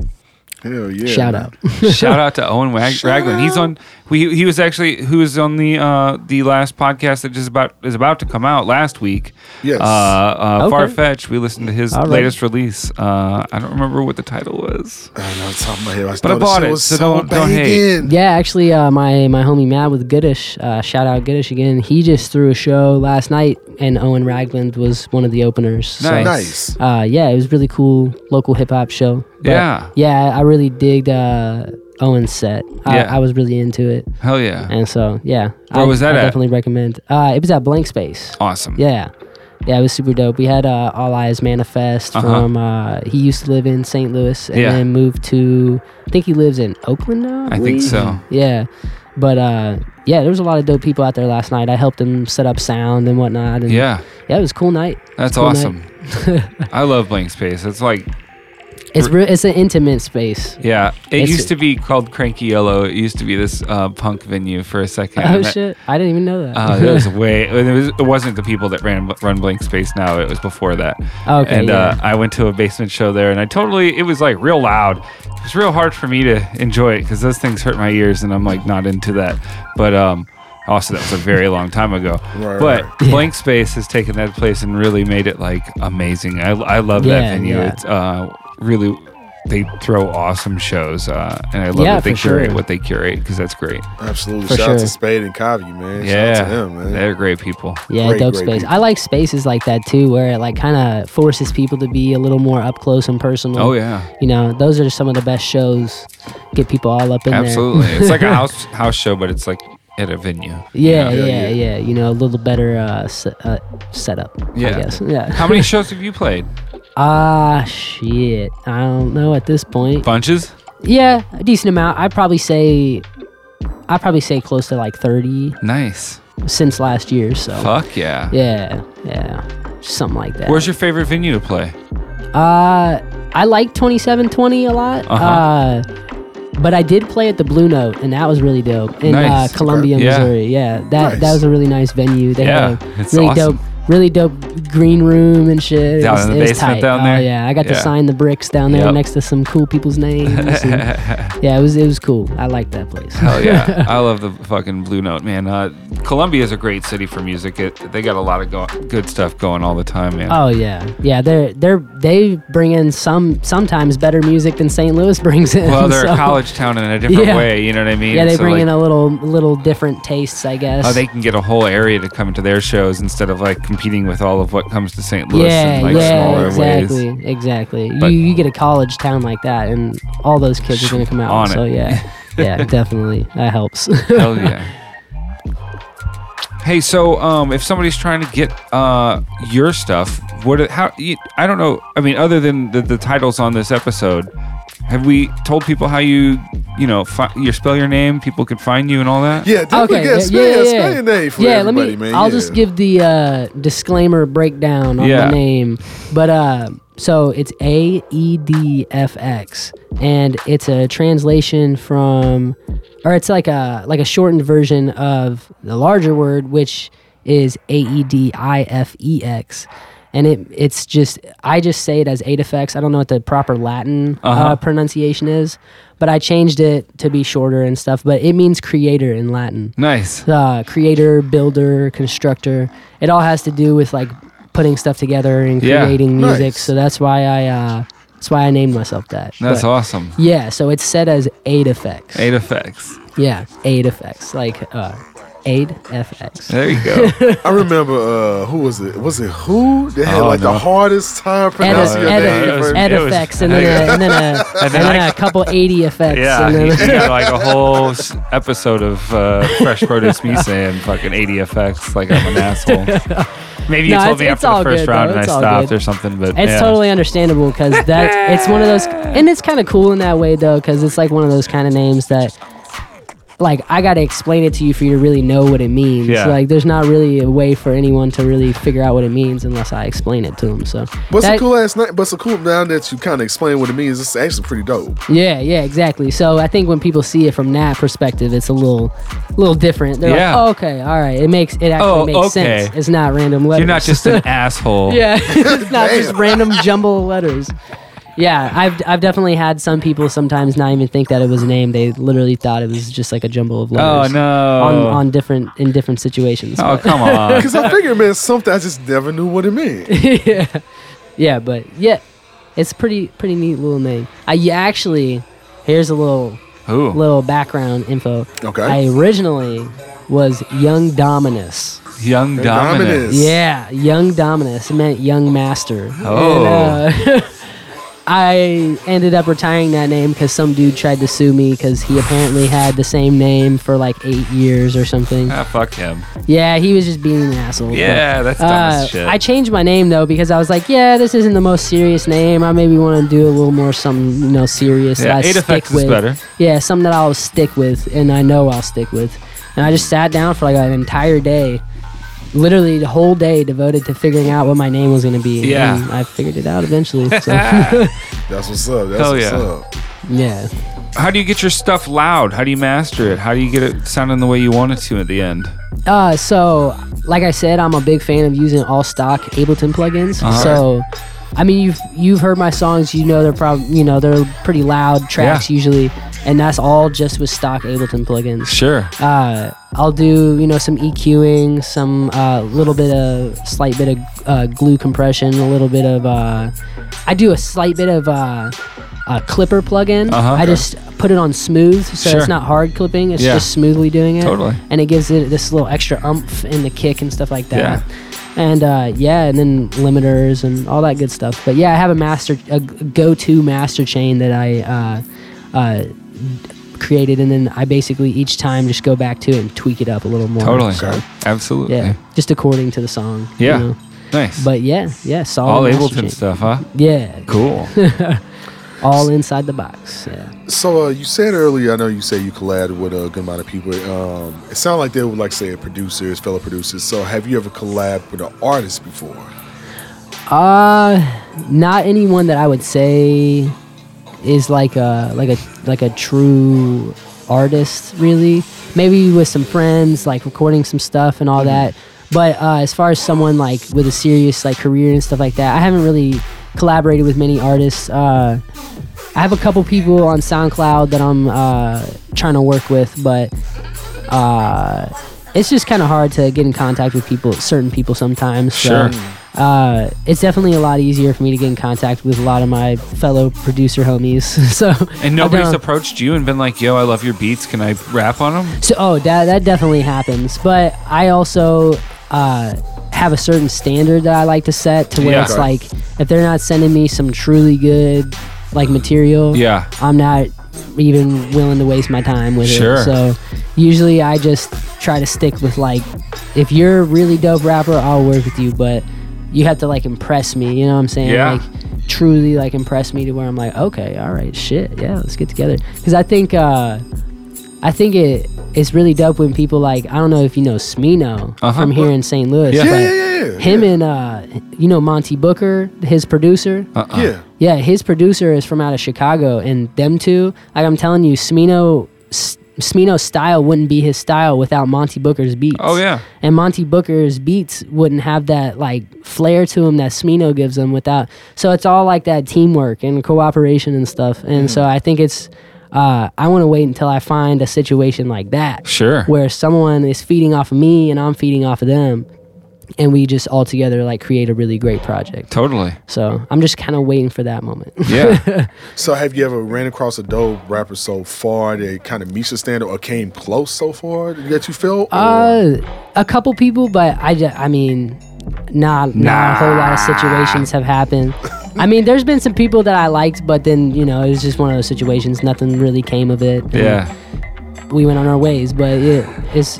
Speaker 1: Hell yeah.
Speaker 3: Shout
Speaker 1: man.
Speaker 3: out.
Speaker 2: Shout out to Owen Wag- Ragland. He's on. We, he was actually who was on the uh, the last podcast that just about is about to come out last week.
Speaker 1: Yes.
Speaker 2: Uh, uh,
Speaker 3: Okay.
Speaker 2: Farfetch. We listened to his
Speaker 3: All right.
Speaker 2: latest release. Uh, I don't remember what the title was.
Speaker 1: I know it's on my head. I
Speaker 2: But I
Speaker 1: thought this
Speaker 2: bought
Speaker 1: shit
Speaker 2: it,
Speaker 1: was
Speaker 2: so don't- don't hate.
Speaker 1: banging.
Speaker 3: Yeah, actually, uh, my my homie Matt with Goodish, uh, shout out Goodish again. He just threw a show last night, and Owen Ragland was one of the openers.
Speaker 2: Nice.
Speaker 1: Nice.
Speaker 3: So, uh, yeah, it was really cool local hip hop show. But,
Speaker 2: Yeah.
Speaker 3: yeah, I really digged uh, Owen's set. I,
Speaker 2: Yeah.
Speaker 3: I was really into it,
Speaker 2: Hell yeah.
Speaker 3: and so yeah,
Speaker 2: Where
Speaker 3: I,
Speaker 2: was that
Speaker 3: I
Speaker 2: at?
Speaker 3: definitely recommend. Uh, it was at Blank Space.
Speaker 2: awesome.
Speaker 3: Yeah. Yeah, it was super dope. We had uh, All Eyes Manifest
Speaker 2: Uh-huh.
Speaker 3: from. Uh, he used to live in St. Louis and
Speaker 2: Yeah.
Speaker 3: then moved to. I think he lives in Oakland now.
Speaker 2: I think so.
Speaker 3: believe? Yeah, but uh, yeah, there was a lot of dope people out there last night. I helped them set up sound and whatnot. And
Speaker 2: Yeah.
Speaker 3: yeah, it was a cool night.
Speaker 2: That's
Speaker 3: Cool night.
Speaker 2: awesome. I love blank space. It's like
Speaker 3: It's re- it's an intimate space.
Speaker 2: yeah. It
Speaker 3: It's-
Speaker 2: used to be called Cranky Yellow. It used to be this uh, punk venue for a second.
Speaker 3: Oh
Speaker 2: and that-
Speaker 3: shit! I didn't even know that.
Speaker 2: Uh, that was way. It, was, it wasn't the people that ran run blank space now. It was before that.
Speaker 3: Oh, Okay,
Speaker 2: And uh,
Speaker 3: yeah.
Speaker 2: I went to a basement show there, and I totally. It was like real loud. It was real hard for me to enjoy it because those things hurt my ears, and I'm like not into that. But um, also that was a very long time ago.
Speaker 1: Right,
Speaker 2: but
Speaker 1: right.
Speaker 2: blank space has taken that place and really made it like amazing. I, I love that
Speaker 3: Yeah,
Speaker 2: venue.
Speaker 3: yeah.
Speaker 2: It's uh really. They throw awesome shows, uh, and I love
Speaker 3: Yeah,
Speaker 2: that they
Speaker 3: for sure.
Speaker 2: curate what they curate because that's great.
Speaker 1: Absolutely.
Speaker 3: For
Speaker 1: Shout out to
Speaker 3: sure.
Speaker 1: Spade and Kavi, man. Shout
Speaker 2: yeah,
Speaker 1: out to them, man.
Speaker 2: they're great people.
Speaker 3: yeah,
Speaker 1: great,
Speaker 3: dope
Speaker 1: great
Speaker 3: space.
Speaker 1: people.
Speaker 3: I like spaces like that too, where it like kind of forces people to be a little more up close and personal.
Speaker 2: Oh yeah,
Speaker 3: You know, those are some of the best shows. Get people all up in there.
Speaker 2: Absolutely, it's like a house house show, but it's like at a venue.
Speaker 3: Yeah,
Speaker 1: Yeah,
Speaker 3: yeah,
Speaker 1: yeah.
Speaker 3: yeah, You know, a little better uh, se- uh, setup.
Speaker 2: Yeah.
Speaker 3: I guess. Yeah.
Speaker 2: How many shows have you played?
Speaker 3: Ah, shit. I don't know at this point.
Speaker 2: Bunches.
Speaker 3: Yeah, a decent amount. I'd probably say, I would probably say close to like thirty
Speaker 2: Nice.
Speaker 3: since last year. So.
Speaker 2: Fuck yeah.
Speaker 3: Yeah, yeah, something like that.
Speaker 2: Where's your favorite venue to play?
Speaker 3: Uh, I like 2720 a lot. uh
Speaker 2: Uh-huh.
Speaker 3: but I did play at the Blue Note, and that was really dope in
Speaker 2: Nice.
Speaker 3: uh, Columbia,
Speaker 2: Yeah.
Speaker 3: Missouri. Yeah, that
Speaker 1: Nice.
Speaker 3: that was a really nice venue. They
Speaker 2: Yeah,
Speaker 3: had
Speaker 2: it's
Speaker 3: a really
Speaker 2: awesome.
Speaker 3: dope, really dope green room and shit.
Speaker 2: Down
Speaker 3: it was,
Speaker 2: in the
Speaker 3: it was
Speaker 2: basement
Speaker 3: tight.
Speaker 2: down
Speaker 3: Oh,
Speaker 2: there?
Speaker 3: yeah, I got
Speaker 2: Yeah.
Speaker 3: to sign the bricks down there
Speaker 2: Yep.
Speaker 3: next to some cool people's names. and- yeah, it was it was cool. I liked that place.
Speaker 2: Hell yeah. I love the fucking Blue Note, man. Uh, Columbia is a great city for music. It, they got a lot of go- good stuff going all the time, man.
Speaker 3: Oh yeah, yeah. They're they're they bring in some sometimes better music than St. Louis brings in.
Speaker 2: well, they're
Speaker 3: so-
Speaker 2: a college town in a different
Speaker 3: Yeah.
Speaker 2: way. You know what I mean?
Speaker 3: Yeah, they
Speaker 2: So,
Speaker 3: bring
Speaker 2: like,
Speaker 3: in a little little different tastes, I guess.
Speaker 2: Oh, they can get a whole area to come to their shows instead of like competing with all of what comes to St. Louis
Speaker 3: yeah,
Speaker 2: in like
Speaker 3: yeah,
Speaker 2: smaller ways.
Speaker 3: exactly, exactly. You,
Speaker 2: But-
Speaker 3: you get a college town like that, and all those kids are gonna come out.
Speaker 2: On
Speaker 3: so
Speaker 2: it.
Speaker 3: yeah, yeah, definitely that helps.
Speaker 2: Hell yeah. Hey, so um, if somebody's trying to get uh, your stuff, what? How? you- I don't know. I mean, other than the, the titles on this episode, have we told people how you, you know, fi- you spell your name, people can find you and all that?
Speaker 1: Yeah, definitely
Speaker 3: okay,
Speaker 1: get
Speaker 3: yeah,
Speaker 1: Spade,
Speaker 3: yeah, yeah.
Speaker 1: Spade name for
Speaker 3: yeah let
Speaker 1: everybody,
Speaker 3: me.
Speaker 1: man.
Speaker 3: I'll
Speaker 1: yeah.
Speaker 3: just give the uh, disclaimer breakdown on
Speaker 2: Yeah.
Speaker 3: the name, but uh, so it's A E D F X, and it's a translation from, or it's like a like a shortened version of the larger word, which is A E D I F E X. And it it's just I just say it as Adafex. I don't know what the proper Latin uh
Speaker 2: Uh-huh.
Speaker 3: pronunciation is, but I changed it to be shorter and stuff. But it means creator in Latin
Speaker 2: Nice.
Speaker 3: uh, creator, builder, constructor. It all has to do with like putting stuff together and
Speaker 2: Yeah.
Speaker 3: creating music.
Speaker 1: Nice.
Speaker 3: So that's why I uh, that's why I named myself that.
Speaker 2: That's
Speaker 3: But-
Speaker 2: awesome.
Speaker 3: Yeah, so it's set as aid effects.
Speaker 2: Eight effects.
Speaker 3: Yeah, aid effects, like uh, aid fx.
Speaker 2: There you go.
Speaker 1: I remember uh who was it? Was it who? They had
Speaker 2: Oh,
Speaker 1: like
Speaker 2: no.
Speaker 1: the hardest time
Speaker 3: Ed,
Speaker 1: pronouncing your
Speaker 2: Edda-
Speaker 1: name.
Speaker 2: Edda-
Speaker 1: first.
Speaker 2: Edda- it was-
Speaker 3: effects, and then, a, and then a and
Speaker 2: then I-
Speaker 3: then a couple eighty effects.
Speaker 2: yeah,
Speaker 3: and
Speaker 2: you,
Speaker 3: then,
Speaker 2: you got like a whole s- episode of uh, Fresh Produce Me saying fucking 80 effects like I'm an asshole. Maybe you
Speaker 3: No,
Speaker 2: told
Speaker 3: it's-
Speaker 2: me
Speaker 3: it's
Speaker 2: after the
Speaker 3: all
Speaker 2: first
Speaker 3: good,
Speaker 2: round
Speaker 3: though.
Speaker 2: and I
Speaker 3: It's all
Speaker 2: stopped
Speaker 3: good.
Speaker 2: or something, but
Speaker 3: It's
Speaker 2: yeah.
Speaker 3: totally understandable because that it's one of those, and it's kind of cool in that way though, because it's like one of those kind of names that like I gotta explain it to you for you to really know what it means.
Speaker 2: Yeah.
Speaker 3: Like there's not really a way for anyone to really figure out what it means unless I explain it to them. So
Speaker 1: But it's a
Speaker 3: that-
Speaker 1: cool ass name. But it's a cool now that you kind of explain what it means. It's actually pretty dope.
Speaker 3: yeah, yeah, exactly. So I think when people see it from that perspective, it's a little, little different. They're
Speaker 2: Yeah.
Speaker 3: like, oh, okay, all right, it makes it actually
Speaker 2: Oh,
Speaker 3: makes
Speaker 2: okay.
Speaker 3: sense. It's not random letters.
Speaker 2: You're not just an asshole.
Speaker 3: Yeah, it's not just
Speaker 1: Damn.
Speaker 3: random jumble letters. Yeah, I've I've definitely had some people sometimes not even think that it was a name. They literally thought it was just like a jumble of
Speaker 2: Oh
Speaker 3: letters.
Speaker 2: no.
Speaker 3: On, on different in different situations.
Speaker 2: oh come on.
Speaker 1: Because I figured it meant something. I just never knew what it meant.
Speaker 3: yeah, yeah, but yeah, it's pretty pretty neat little name. I you actually here's a little
Speaker 2: Ooh.
Speaker 3: little background info.
Speaker 1: Okay.
Speaker 3: I originally was Young Dominus.
Speaker 2: Young
Speaker 1: Dominus.
Speaker 2: Dominus.
Speaker 3: Yeah, young Dominus. It meant young master.
Speaker 2: Oh.
Speaker 3: And, uh, I ended up retiring that name because some dude tried to sue me because he apparently had the same name for like eight years or something.
Speaker 2: Ah, fuck him.
Speaker 3: Yeah, he was just being an asshole. but-
Speaker 2: Yeah, that's dumb
Speaker 3: uh,
Speaker 2: as shit.
Speaker 3: I changed my name though because I was like, yeah, this isn't the most serious name. I maybe want to do a little more something you know serious
Speaker 2: Yeah,
Speaker 3: that I
Speaker 2: eight
Speaker 3: stick
Speaker 2: effects
Speaker 3: with.
Speaker 2: is better.
Speaker 3: Yeah, something that I'll stick with and I know I'll stick with. And I just sat down for like an entire day, literally the whole day devoted to figuring out what my name was going to be.
Speaker 2: Yeah.
Speaker 3: and I figured it out eventually. So yeah,
Speaker 1: That's what's up. That's
Speaker 2: Hell
Speaker 1: what's
Speaker 2: yeah.
Speaker 1: up.
Speaker 2: How do you get your stuff loud? How do you master it? How do you get it sounding the way you want it to at the end?
Speaker 3: Uh, so, like I said, I'm a big fan of using all stock Ableton plugins. So, I mean, you've you've heard my songs. You know they're probably you know they're pretty loud tracks
Speaker 2: Yeah.
Speaker 3: usually, and that's all just with stock Ableton plugins.
Speaker 2: Sure.
Speaker 3: Uh, I'll do you know some EQing, some uh, little bit of slight bit of uh, glue compression, a little bit of uh, I do a slight bit of uh, a clipper plugin.
Speaker 2: Uh-huh.
Speaker 3: I just put it on smooth, so
Speaker 2: Sure.
Speaker 3: it's not hard clipping. It's
Speaker 2: Yeah.
Speaker 3: just smoothly doing it,
Speaker 2: Totally.
Speaker 3: and it gives it this little extra umph in the kick and stuff like that.
Speaker 2: Yeah.
Speaker 3: And uh, yeah, and then limiters and all that good stuff. But yeah, I have a master, a go-to master chain that I uh, uh, created, and then I basically each time just go back to it and tweak it up a little more.
Speaker 2: Totally.
Speaker 3: So,
Speaker 2: Absolutely.
Speaker 3: yeah, just according to the song. you
Speaker 2: Yeah.
Speaker 3: know.
Speaker 2: Nice.
Speaker 3: But yeah, yeah, solid
Speaker 2: All
Speaker 3: master chain.
Speaker 2: Ableton stuff, huh?
Speaker 3: Yeah,
Speaker 2: Cool.
Speaker 3: all inside the box. Yeah.
Speaker 1: So uh, you said earlier, I know you said you collabed with a good amount of people. Um, it sounded like they were like say producers, fellow producers. So have you ever collabed with an artist before?
Speaker 3: Uh not anyone that I would say is like a like a like a true artist really. Maybe with some friends, like recording some stuff and all that. But uh, as far as someone like with a serious like career and stuff like that, I haven't really collaborated with many artists. Uh, I have a couple people on SoundCloud that I'm uh, trying to work with, but uh, it's just kind of hard to get in contact with people, certain people sometimes.
Speaker 2: Sure.
Speaker 3: So, uh, it's definitely a lot easier for me to get in contact with a lot of my fellow producer homies. so
Speaker 2: And nobody's
Speaker 3: I've done-
Speaker 2: approached you and been like, "Yo, I love your beats. Can I rap on them?"
Speaker 3: So, oh, that that definitely happens. But I also uh, have a certain standard that I like to set to where
Speaker 2: Yeah.
Speaker 3: it's like if they're not sending me some truly good like material,
Speaker 2: Yeah.
Speaker 3: I'm not even willing to waste my time with
Speaker 2: Sure.
Speaker 3: it. So usually I just try to stick with like if you're a really dope rapper, I'll work with you, but you have to like impress me, you know what I'm saying?
Speaker 2: Yeah.
Speaker 3: Like truly like impress me to where I'm like, okay, all right, shit, yeah, let's get together. Cause I think uh I think it it's really dope when people like I don't know if you know Smino
Speaker 2: Uh-huh.
Speaker 3: from here in St. Louis.
Speaker 2: Yeah.
Speaker 1: Yeah,
Speaker 3: but
Speaker 1: yeah, yeah. yeah.
Speaker 3: Him and uh you know Monty Booker, his producer.
Speaker 2: Uh-uh.
Speaker 1: yeah.
Speaker 3: Yeah, his producer is from out of Chicago, and them two, like I'm telling you, Smino, S- Smino's style wouldn't be his style without Monty Booker's beats.
Speaker 2: Oh yeah.
Speaker 3: And Monty Booker's beats wouldn't have that like flair to him that Smino gives them without. So it's all like that teamwork and cooperation and stuff.
Speaker 2: Mm-hmm.
Speaker 3: And so I think it's. Uh, I want to wait until I find a situation like that
Speaker 2: Sure.
Speaker 3: where someone is feeding off of me and I'm feeding off of them, and we just all together like create a really great project.
Speaker 2: Totally.
Speaker 3: So I'm just kind of waiting for that moment.
Speaker 2: Yeah.
Speaker 1: So have you ever ran across a dope rapper so far that kind of meets your standard or came close so far that you felt? or-
Speaker 3: Uh, a couple people, but I, ju- I mean, not not a whole lot of situations have happened. I mean, there's been some people that I liked, but then you know it was just one of those situations. Nothing really came of it. and
Speaker 2: yeah.
Speaker 3: we went on our ways, but it, it's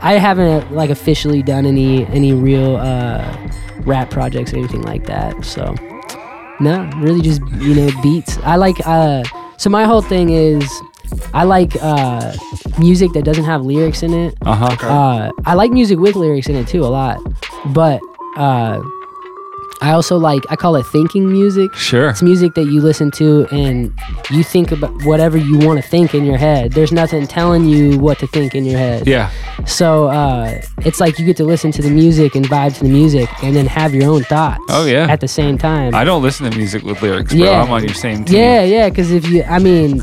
Speaker 3: I haven't like officially done any any real uh, rap projects or anything like that. So no, really just you know beats. I like uh, so my whole thing is I like uh, music that doesn't have lyrics in it.
Speaker 2: Uh huh.
Speaker 3: Uh, I like music with lyrics in it too a lot, but uh, I also like I call it thinking music.
Speaker 2: Sure.
Speaker 3: It's music that you listen to and you think about whatever you want to think in your head. There's nothing telling you what to think in your head.
Speaker 2: Yeah.
Speaker 3: So uh, it's like you get to listen to the music and vibe to the music, and then have your own thoughts.
Speaker 2: Oh, yeah.
Speaker 3: At the same time.
Speaker 2: I don't listen to music with lyrics, bro.
Speaker 3: Yeah.
Speaker 2: I'm on your same team.
Speaker 3: yeah, yeah. Because if you, I mean,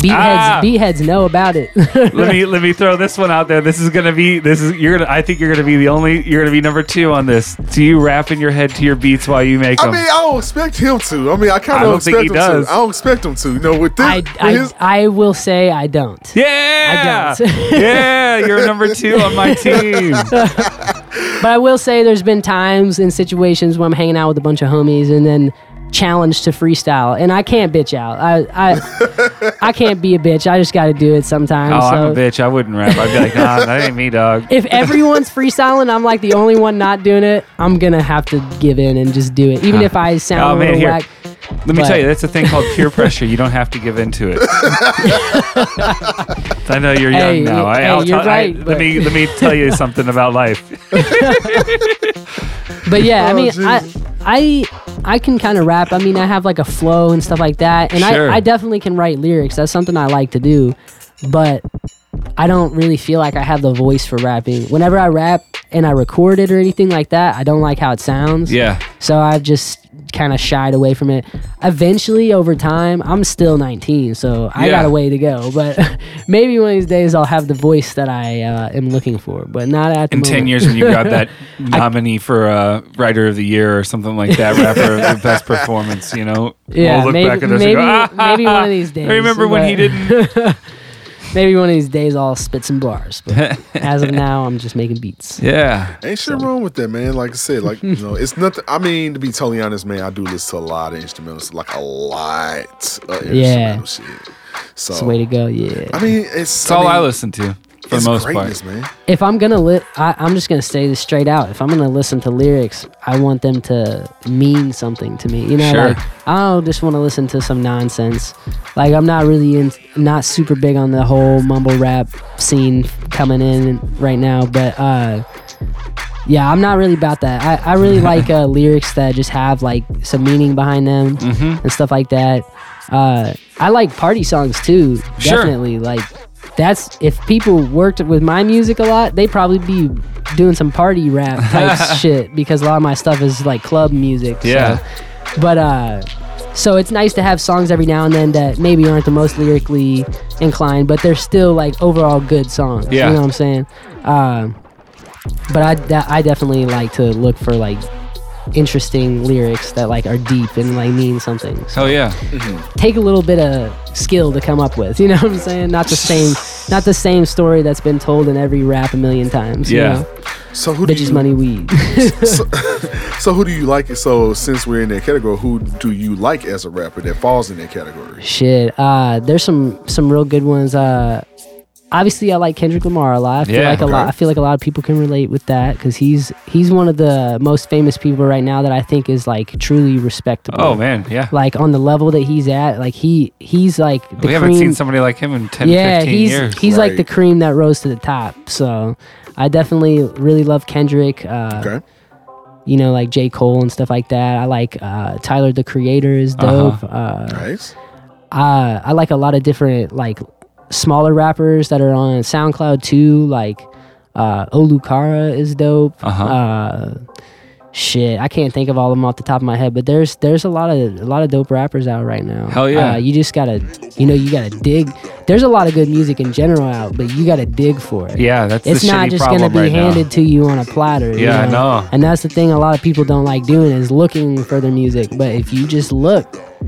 Speaker 3: beatheads,
Speaker 2: Ah!
Speaker 3: beatheads know about it.
Speaker 2: let me let me throw this one out there. This is gonna be this is you're gonna. I think you're gonna be the only. You're gonna be number two on this. Do you rap in your head to your beats while you make
Speaker 1: I
Speaker 2: them?
Speaker 1: mean, I don't expect him to. I mean, I
Speaker 2: Um, I
Speaker 1: kind
Speaker 2: don't
Speaker 1: of
Speaker 2: think
Speaker 1: expect
Speaker 2: he
Speaker 1: him
Speaker 2: does.
Speaker 1: to. I don't expect him to. You know, with this,
Speaker 3: I,
Speaker 1: with
Speaker 3: I,
Speaker 1: his-
Speaker 3: I will say I don't.
Speaker 2: yeah,
Speaker 3: I don't.
Speaker 2: yeah. You're number two on my team. Oh,
Speaker 3: But I will say there's been times and situations where I'm hanging out with a bunch of homies and then challenged to freestyle and I can't bitch out. I I I can't be a bitch. I just got to do it sometimes.
Speaker 2: Oh,
Speaker 3: so.
Speaker 2: I'm a bitch. I wouldn't rap. I'd be like, nah, that ain't me, dog.
Speaker 3: If everyone's freestyling, I'm like the only one not doing it. I'm gonna have to give in and just do it, even if I sound
Speaker 2: Oh, man,
Speaker 3: a little
Speaker 2: here.
Speaker 3: whack.
Speaker 2: Let me
Speaker 3: But-
Speaker 2: tell you, that's a thing called peer pressure. You don't have to give in to it. I know you're young
Speaker 3: Hey,
Speaker 2: now. I,
Speaker 3: hey,
Speaker 2: I'll
Speaker 3: you're
Speaker 2: tell-
Speaker 3: right,
Speaker 2: I, let
Speaker 3: but-
Speaker 2: me let me tell you something about life.
Speaker 3: But yeah, I
Speaker 1: Oh,
Speaker 3: mean, I,
Speaker 1: Jesus.
Speaker 3: I, I can kind of rap. I mean, I have like a flow and stuff like that, and
Speaker 2: Sure.
Speaker 3: I, I definitely can write lyrics. That's something I like to do, but I don't really feel like I have the voice for rapping. Whenever I rap and I record it or anything like that, I don't like how it sounds.
Speaker 2: Yeah.
Speaker 3: So I've just kind of shied away from it. Eventually, over time, I'm still 19, so I
Speaker 2: Yeah.
Speaker 3: got a way to go. But maybe one of these days I'll have the voice that I uh, am looking for, but not at the
Speaker 2: In ten
Speaker 3: moment.
Speaker 2: years, when you got that nominee for uh, writer of the year or something like that, rapper of the best performance, you know,
Speaker 3: Yeah,
Speaker 2: we'll look
Speaker 3: maybe-
Speaker 2: back at this
Speaker 3: maybe-
Speaker 2: and go, ah,
Speaker 3: maybe one of these days,
Speaker 2: I remember when he
Speaker 3: but-
Speaker 2: didn't.
Speaker 3: Maybe one of these days I'll spit some bars. But as of now, I'm just making beats.
Speaker 2: Yeah,
Speaker 1: Ain't shit wrong with that, man. Like I said, like you know, it's nothing. I mean, to be totally honest, man, I do listen to a lot of instrumentals, like a lot of
Speaker 3: Yeah.
Speaker 1: instrumental shit. So
Speaker 3: It's the way to go. Yeah.
Speaker 1: I mean, it's
Speaker 2: it's all I
Speaker 1: mean,
Speaker 2: listen to for
Speaker 1: it's
Speaker 2: the most
Speaker 1: greatness,
Speaker 2: part.
Speaker 1: man.
Speaker 3: If I'm gonna li- I, I'm just gonna say this straight out. If I'm gonna listen to lyrics, I want them to mean something to me. You know,
Speaker 2: Sure.
Speaker 3: like I don't just want to listen to some nonsense. Like I'm not really in, not super big on the whole mumble rap scene coming in right now, but uh, yeah, I'm not really about that. I, I really like uh, lyrics that just have like some meaning behind them
Speaker 2: Mm-hmm.
Speaker 3: and stuff like that. Uh, I like party songs too,
Speaker 2: Sure.
Speaker 3: definitely. Like that's if people worked with my music a lot, they'd probably be doing some party rap type shit because a lot of my stuff is like club music. so-
Speaker 2: Yeah.
Speaker 3: but uh, so it's nice to have songs every now and then that maybe aren't the most lyrically inclined, but they're still like overall good songs.
Speaker 2: Yeah.
Speaker 3: You know what I'm saying? Um, but I, de- I definitely like to look for like interesting lyrics that like are deep and like mean something. So
Speaker 2: Oh yeah,
Speaker 3: take a little bit of skill to come up with. You know what I'm saying? Not the same, not the same story that's been told in every rap a million times. you
Speaker 2: Yeah.
Speaker 3: know?
Speaker 1: So who do
Speaker 3: Bitches,
Speaker 1: you,
Speaker 3: money, weed.
Speaker 1: So, so who do you like? So since we're in that category, who do you like as a rapper that falls in that category?
Speaker 3: Shit, uh, there's some some real good ones. Uh, obviously, I like Kendrick Lamar a lot. I feel
Speaker 2: Yeah,
Speaker 3: like a lot.
Speaker 1: okay.
Speaker 3: I feel like a lot of people can relate with that because he's he's one of the most famous people right now that I think is like truly respectable.
Speaker 2: oh man, yeah.
Speaker 3: Like on the level that he's at, like he he's like the
Speaker 2: we haven't
Speaker 3: cream-
Speaker 2: seen somebody like him in 10,
Speaker 3: yeah,
Speaker 2: 15
Speaker 3: he's
Speaker 2: years.
Speaker 3: he's like
Speaker 1: Right.
Speaker 3: the cream that rose to the top. So I definitely really love Kendrick. Uh,
Speaker 1: Okay,
Speaker 3: You know, like J Cole and stuff like that. I like uh, Tyler the Creator is dope. uh
Speaker 1: nice.
Speaker 3: uh, I like a lot of different like smaller rappers that are on SoundCloud too. Like uh, Olukara is dope.
Speaker 2: Uh-huh.
Speaker 3: Uh, shit, I can't think of all of them off the top of my head, but there's there's a lot of a lot of dope rappers out right now.
Speaker 2: Hell yeah.
Speaker 3: Uh, you just gotta, you know, you gotta dig. There's a lot of good music in general out, but you gotta dig for it.
Speaker 2: yeah, that's
Speaker 3: It's
Speaker 2: the
Speaker 3: not
Speaker 2: shitty
Speaker 3: just
Speaker 2: problem
Speaker 3: gonna be
Speaker 2: right
Speaker 3: handed to you on a platter. you
Speaker 2: Yeah, I know.
Speaker 3: And that's the thing a lot of people don't like doing is looking for their music. But if you just look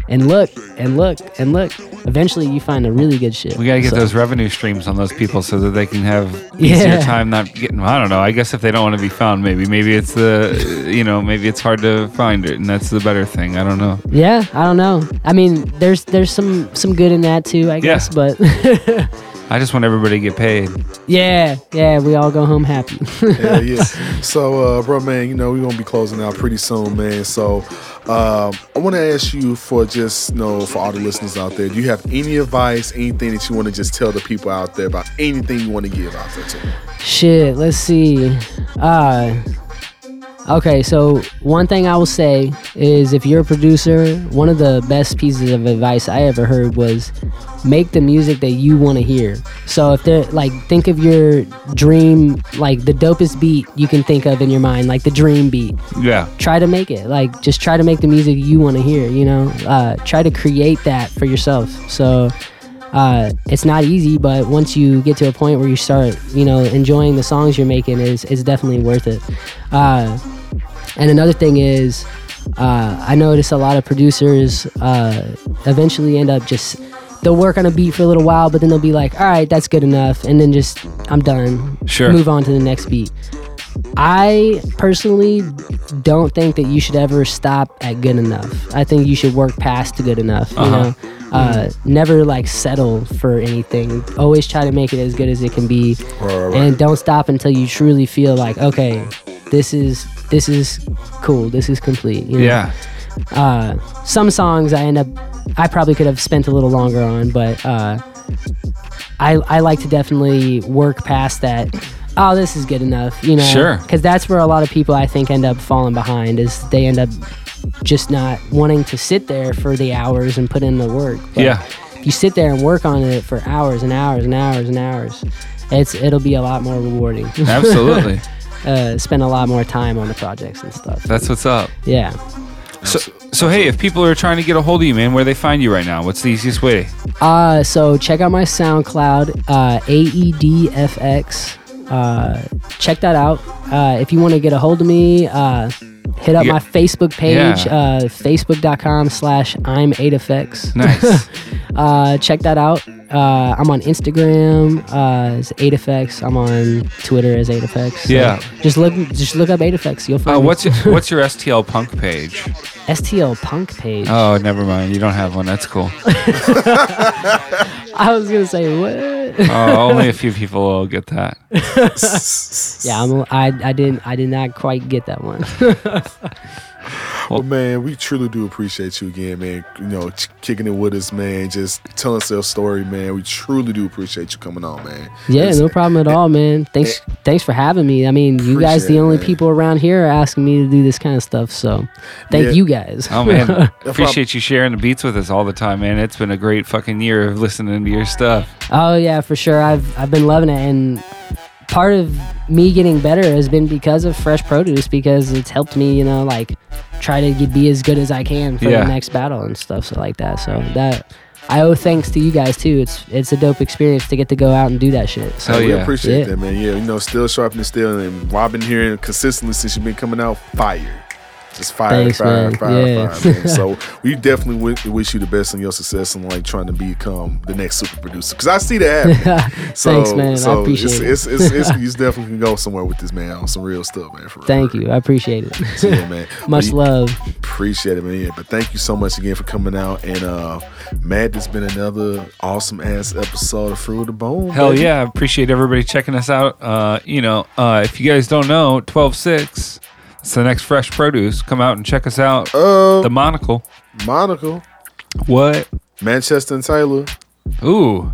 Speaker 3: and look and look and look, eventually you find a really good shit.
Speaker 2: now. We gotta get
Speaker 3: So-
Speaker 2: those revenue streams on those people so that they can have
Speaker 3: Yeah.
Speaker 2: easier time not getting. I don't know. I guess if they don't want to be found, maybe maybe it's the you know maybe it's hard to find it, and that's the better thing. I don't know.
Speaker 3: Yeah, I don't know. I mean, there's there's some some good in that too, I guess. But
Speaker 2: I I just want everybody to get paid.
Speaker 3: Yeah, yeah, we all go home happy.
Speaker 1: Yeah, yeah. So, uh, bro, man, you know we're gonna be closing out pretty soon, man. So, um, I want to ask you for just you know for all the listeners out there, do you have any advice, anything that you want to just tell the people out there about anything you want to give out there to? them?
Speaker 3: Shit, let's see. Uh Okay, so one thing I will say is if you're a producer, one of the best pieces of advice I ever heard was make the music that you want to hear. So if they're like think of your dream like the dopest beat you can think of in your mind, like the dream beat
Speaker 2: Yeah.
Speaker 3: try to make it like just try to make the music you want to hear you know uh, try to create that for yourself so uh, it's not easy but once you get to a point where you start you know enjoying the songs you're making is is definitely worth it uh, and another thing is uh, i notice a lot of producers uh, eventually end up just they'll work on a beat for a little while but then they'll be like all right that's good enough and then just i'm done
Speaker 2: Sure.
Speaker 3: move on to the next beat I personally don't think that you should ever stop at good enough. I think you should work past good enough. You
Speaker 2: Uh-huh.
Speaker 3: know, uh, never like settle for anything. Always try to make it as good as it can be,
Speaker 1: Right, right, right.
Speaker 3: and don't stop until you truly feel like okay, this is this is cool. This is complete. you know?
Speaker 2: Yeah.
Speaker 3: uh, some songs I end up I probably could have spent a little longer on, but uh, I I like to definitely work past that. Oh, this is good enough, you know.
Speaker 2: Sure.
Speaker 3: Because that's where a lot of people I think end up falling behind is they end up just not wanting to sit there for the hours and put in the work. But
Speaker 2: Yeah.
Speaker 3: If you sit there and work on it for hours and hours and hours and hours, it's it'll be a lot more rewarding.
Speaker 2: Absolutely.
Speaker 3: uh, spend a lot more time on the projects and stuff.
Speaker 2: That's what's up.
Speaker 3: Yeah.
Speaker 2: So, so hey, if people are trying to get a hold of you, man, where they find you right now? What's the easiest way?
Speaker 3: Uh, so check out my SoundCloud, uh, AEDFX. Uh, check that out. Uh, if you want to get a hold of me, uh, hit up
Speaker 2: Yeah.
Speaker 3: my Facebook page,
Speaker 2: Yeah.
Speaker 3: uh, facebook.com slash I'm 8FX.
Speaker 2: Nice.
Speaker 3: Uh, check that out. Uh, I'm on Instagram uh, as 8FX. I'm on Twitter as 8FX. So
Speaker 2: Yeah.
Speaker 3: Just look just look up 8FX. You'll find
Speaker 2: Uh,
Speaker 3: me.
Speaker 2: what's your, what's your STL punk page?
Speaker 3: STL Punk page.
Speaker 2: Oh, never mind. You don't have one. That's cool.
Speaker 3: I was going to say, what?
Speaker 2: Oh, only a few people will get that.
Speaker 3: yeah, I'm, a- I, I, didn't, I did not quite get that one.
Speaker 1: Well, man, we truly do appreciate you again, man. You know, ch- kicking it with us, man. Just telling us your story, man. We truly do appreciate you coming on, man.
Speaker 3: Yeah,
Speaker 1: It's-
Speaker 3: no problem at all, man. Thanks, thanks for having me. I mean, you guys
Speaker 1: Appreciate
Speaker 3: the
Speaker 1: it,
Speaker 3: only
Speaker 1: man.
Speaker 3: people around here are asking me to do this kind of stuff, so thank
Speaker 1: Yeah.
Speaker 3: you guys.
Speaker 2: Oh man, appreciate you sharing the beats with us all the time, man. It's been a great fucking year of listening to your stuff.
Speaker 3: Oh yeah, for sure. I've I've been loving it, and part of me getting better has been because of fresh produce because it's helped me, you know, like try to get, be as good as I can for
Speaker 2: Yeah.
Speaker 3: the next battle and stuff so like that. So that I owe thanks to you guys too. It's it's a dope experience to get to go out and do that shit. So
Speaker 2: Oh,
Speaker 1: we
Speaker 2: yeah.
Speaker 1: appreciate
Speaker 3: Yeah.
Speaker 1: that, man. Yeah, you know, still sharpening steel, and Rob been hearing consistently since you've been coming out, fire. Just fire,
Speaker 3: Thanks,
Speaker 1: fire,
Speaker 3: man.
Speaker 1: fire,
Speaker 3: Yeah.
Speaker 1: fire, man. so we definitely w- wish you the best in your success and like trying to become the next super producer. Cause I see that happening. So,
Speaker 3: Thanks, man. I
Speaker 1: So
Speaker 3: appreciate
Speaker 1: it's,
Speaker 3: it.
Speaker 1: It's, it's, it's, you definitely can go somewhere with this man on some real stuff, man. For real.
Speaker 3: thank you, I appreciate it.
Speaker 1: So, yeah, man.
Speaker 3: Much
Speaker 1: We-
Speaker 3: love.
Speaker 1: Appreciate it, man. Yeah, but thank you so much again for coming out. And uh Matt, this has been another awesome ass episode of Fruit of the Bone.
Speaker 2: Hell
Speaker 1: baby.
Speaker 2: yeah, appreciate everybody checking us out. Uh, you know, uh, if you guys don't know, twelve six, it's the next fresh produce. Come out and check us out.
Speaker 1: Uh,
Speaker 2: The monocle.
Speaker 1: Monaco,
Speaker 2: What?
Speaker 1: Manchester and Taylor,
Speaker 2: Ooh,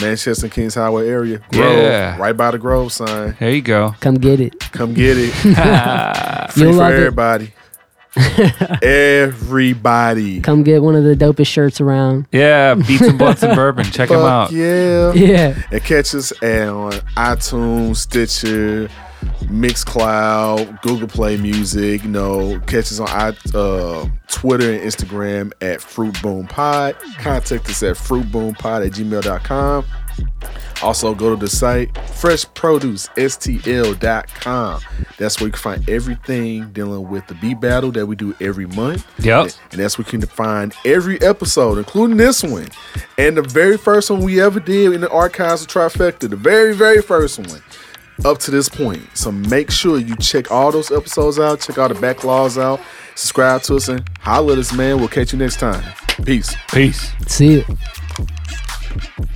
Speaker 1: Manchester and Kings Highway area, Grove,
Speaker 2: Yeah.
Speaker 1: right by the Grove sign.
Speaker 2: there you go.
Speaker 3: Come get it.
Speaker 1: Come get it. Free
Speaker 3: You'll
Speaker 1: for
Speaker 3: love it.
Speaker 1: everybody. everybody.
Speaker 3: Come get one of the dopest shirts around.
Speaker 2: Yeah, beats and blunts and bourbon. Check them
Speaker 1: Fuck
Speaker 2: out.
Speaker 1: yeah.
Speaker 3: Yeah.
Speaker 1: And catch us at- on iTunes, Stitcher, Mixcloud, Google Play Music. You know, catch us on i- uh, Twitter and Instagram at Fruit Boom Pod. Contact us at fruitboompod at gmail.com. Also, go to the site freshproducestl.com. That's where you can find everything dealing with the beat battle that we do every month.
Speaker 2: Yep.
Speaker 1: And that's where you can find every episode, including this one. And the very first one we ever did in the archives of Trifecta, the very, very first one up to this point. So make sure you check all those episodes out, check all the backlogs out, subscribe to us, and holler at us, man. We'll catch you next time. Peace.
Speaker 2: Peace.
Speaker 3: See it.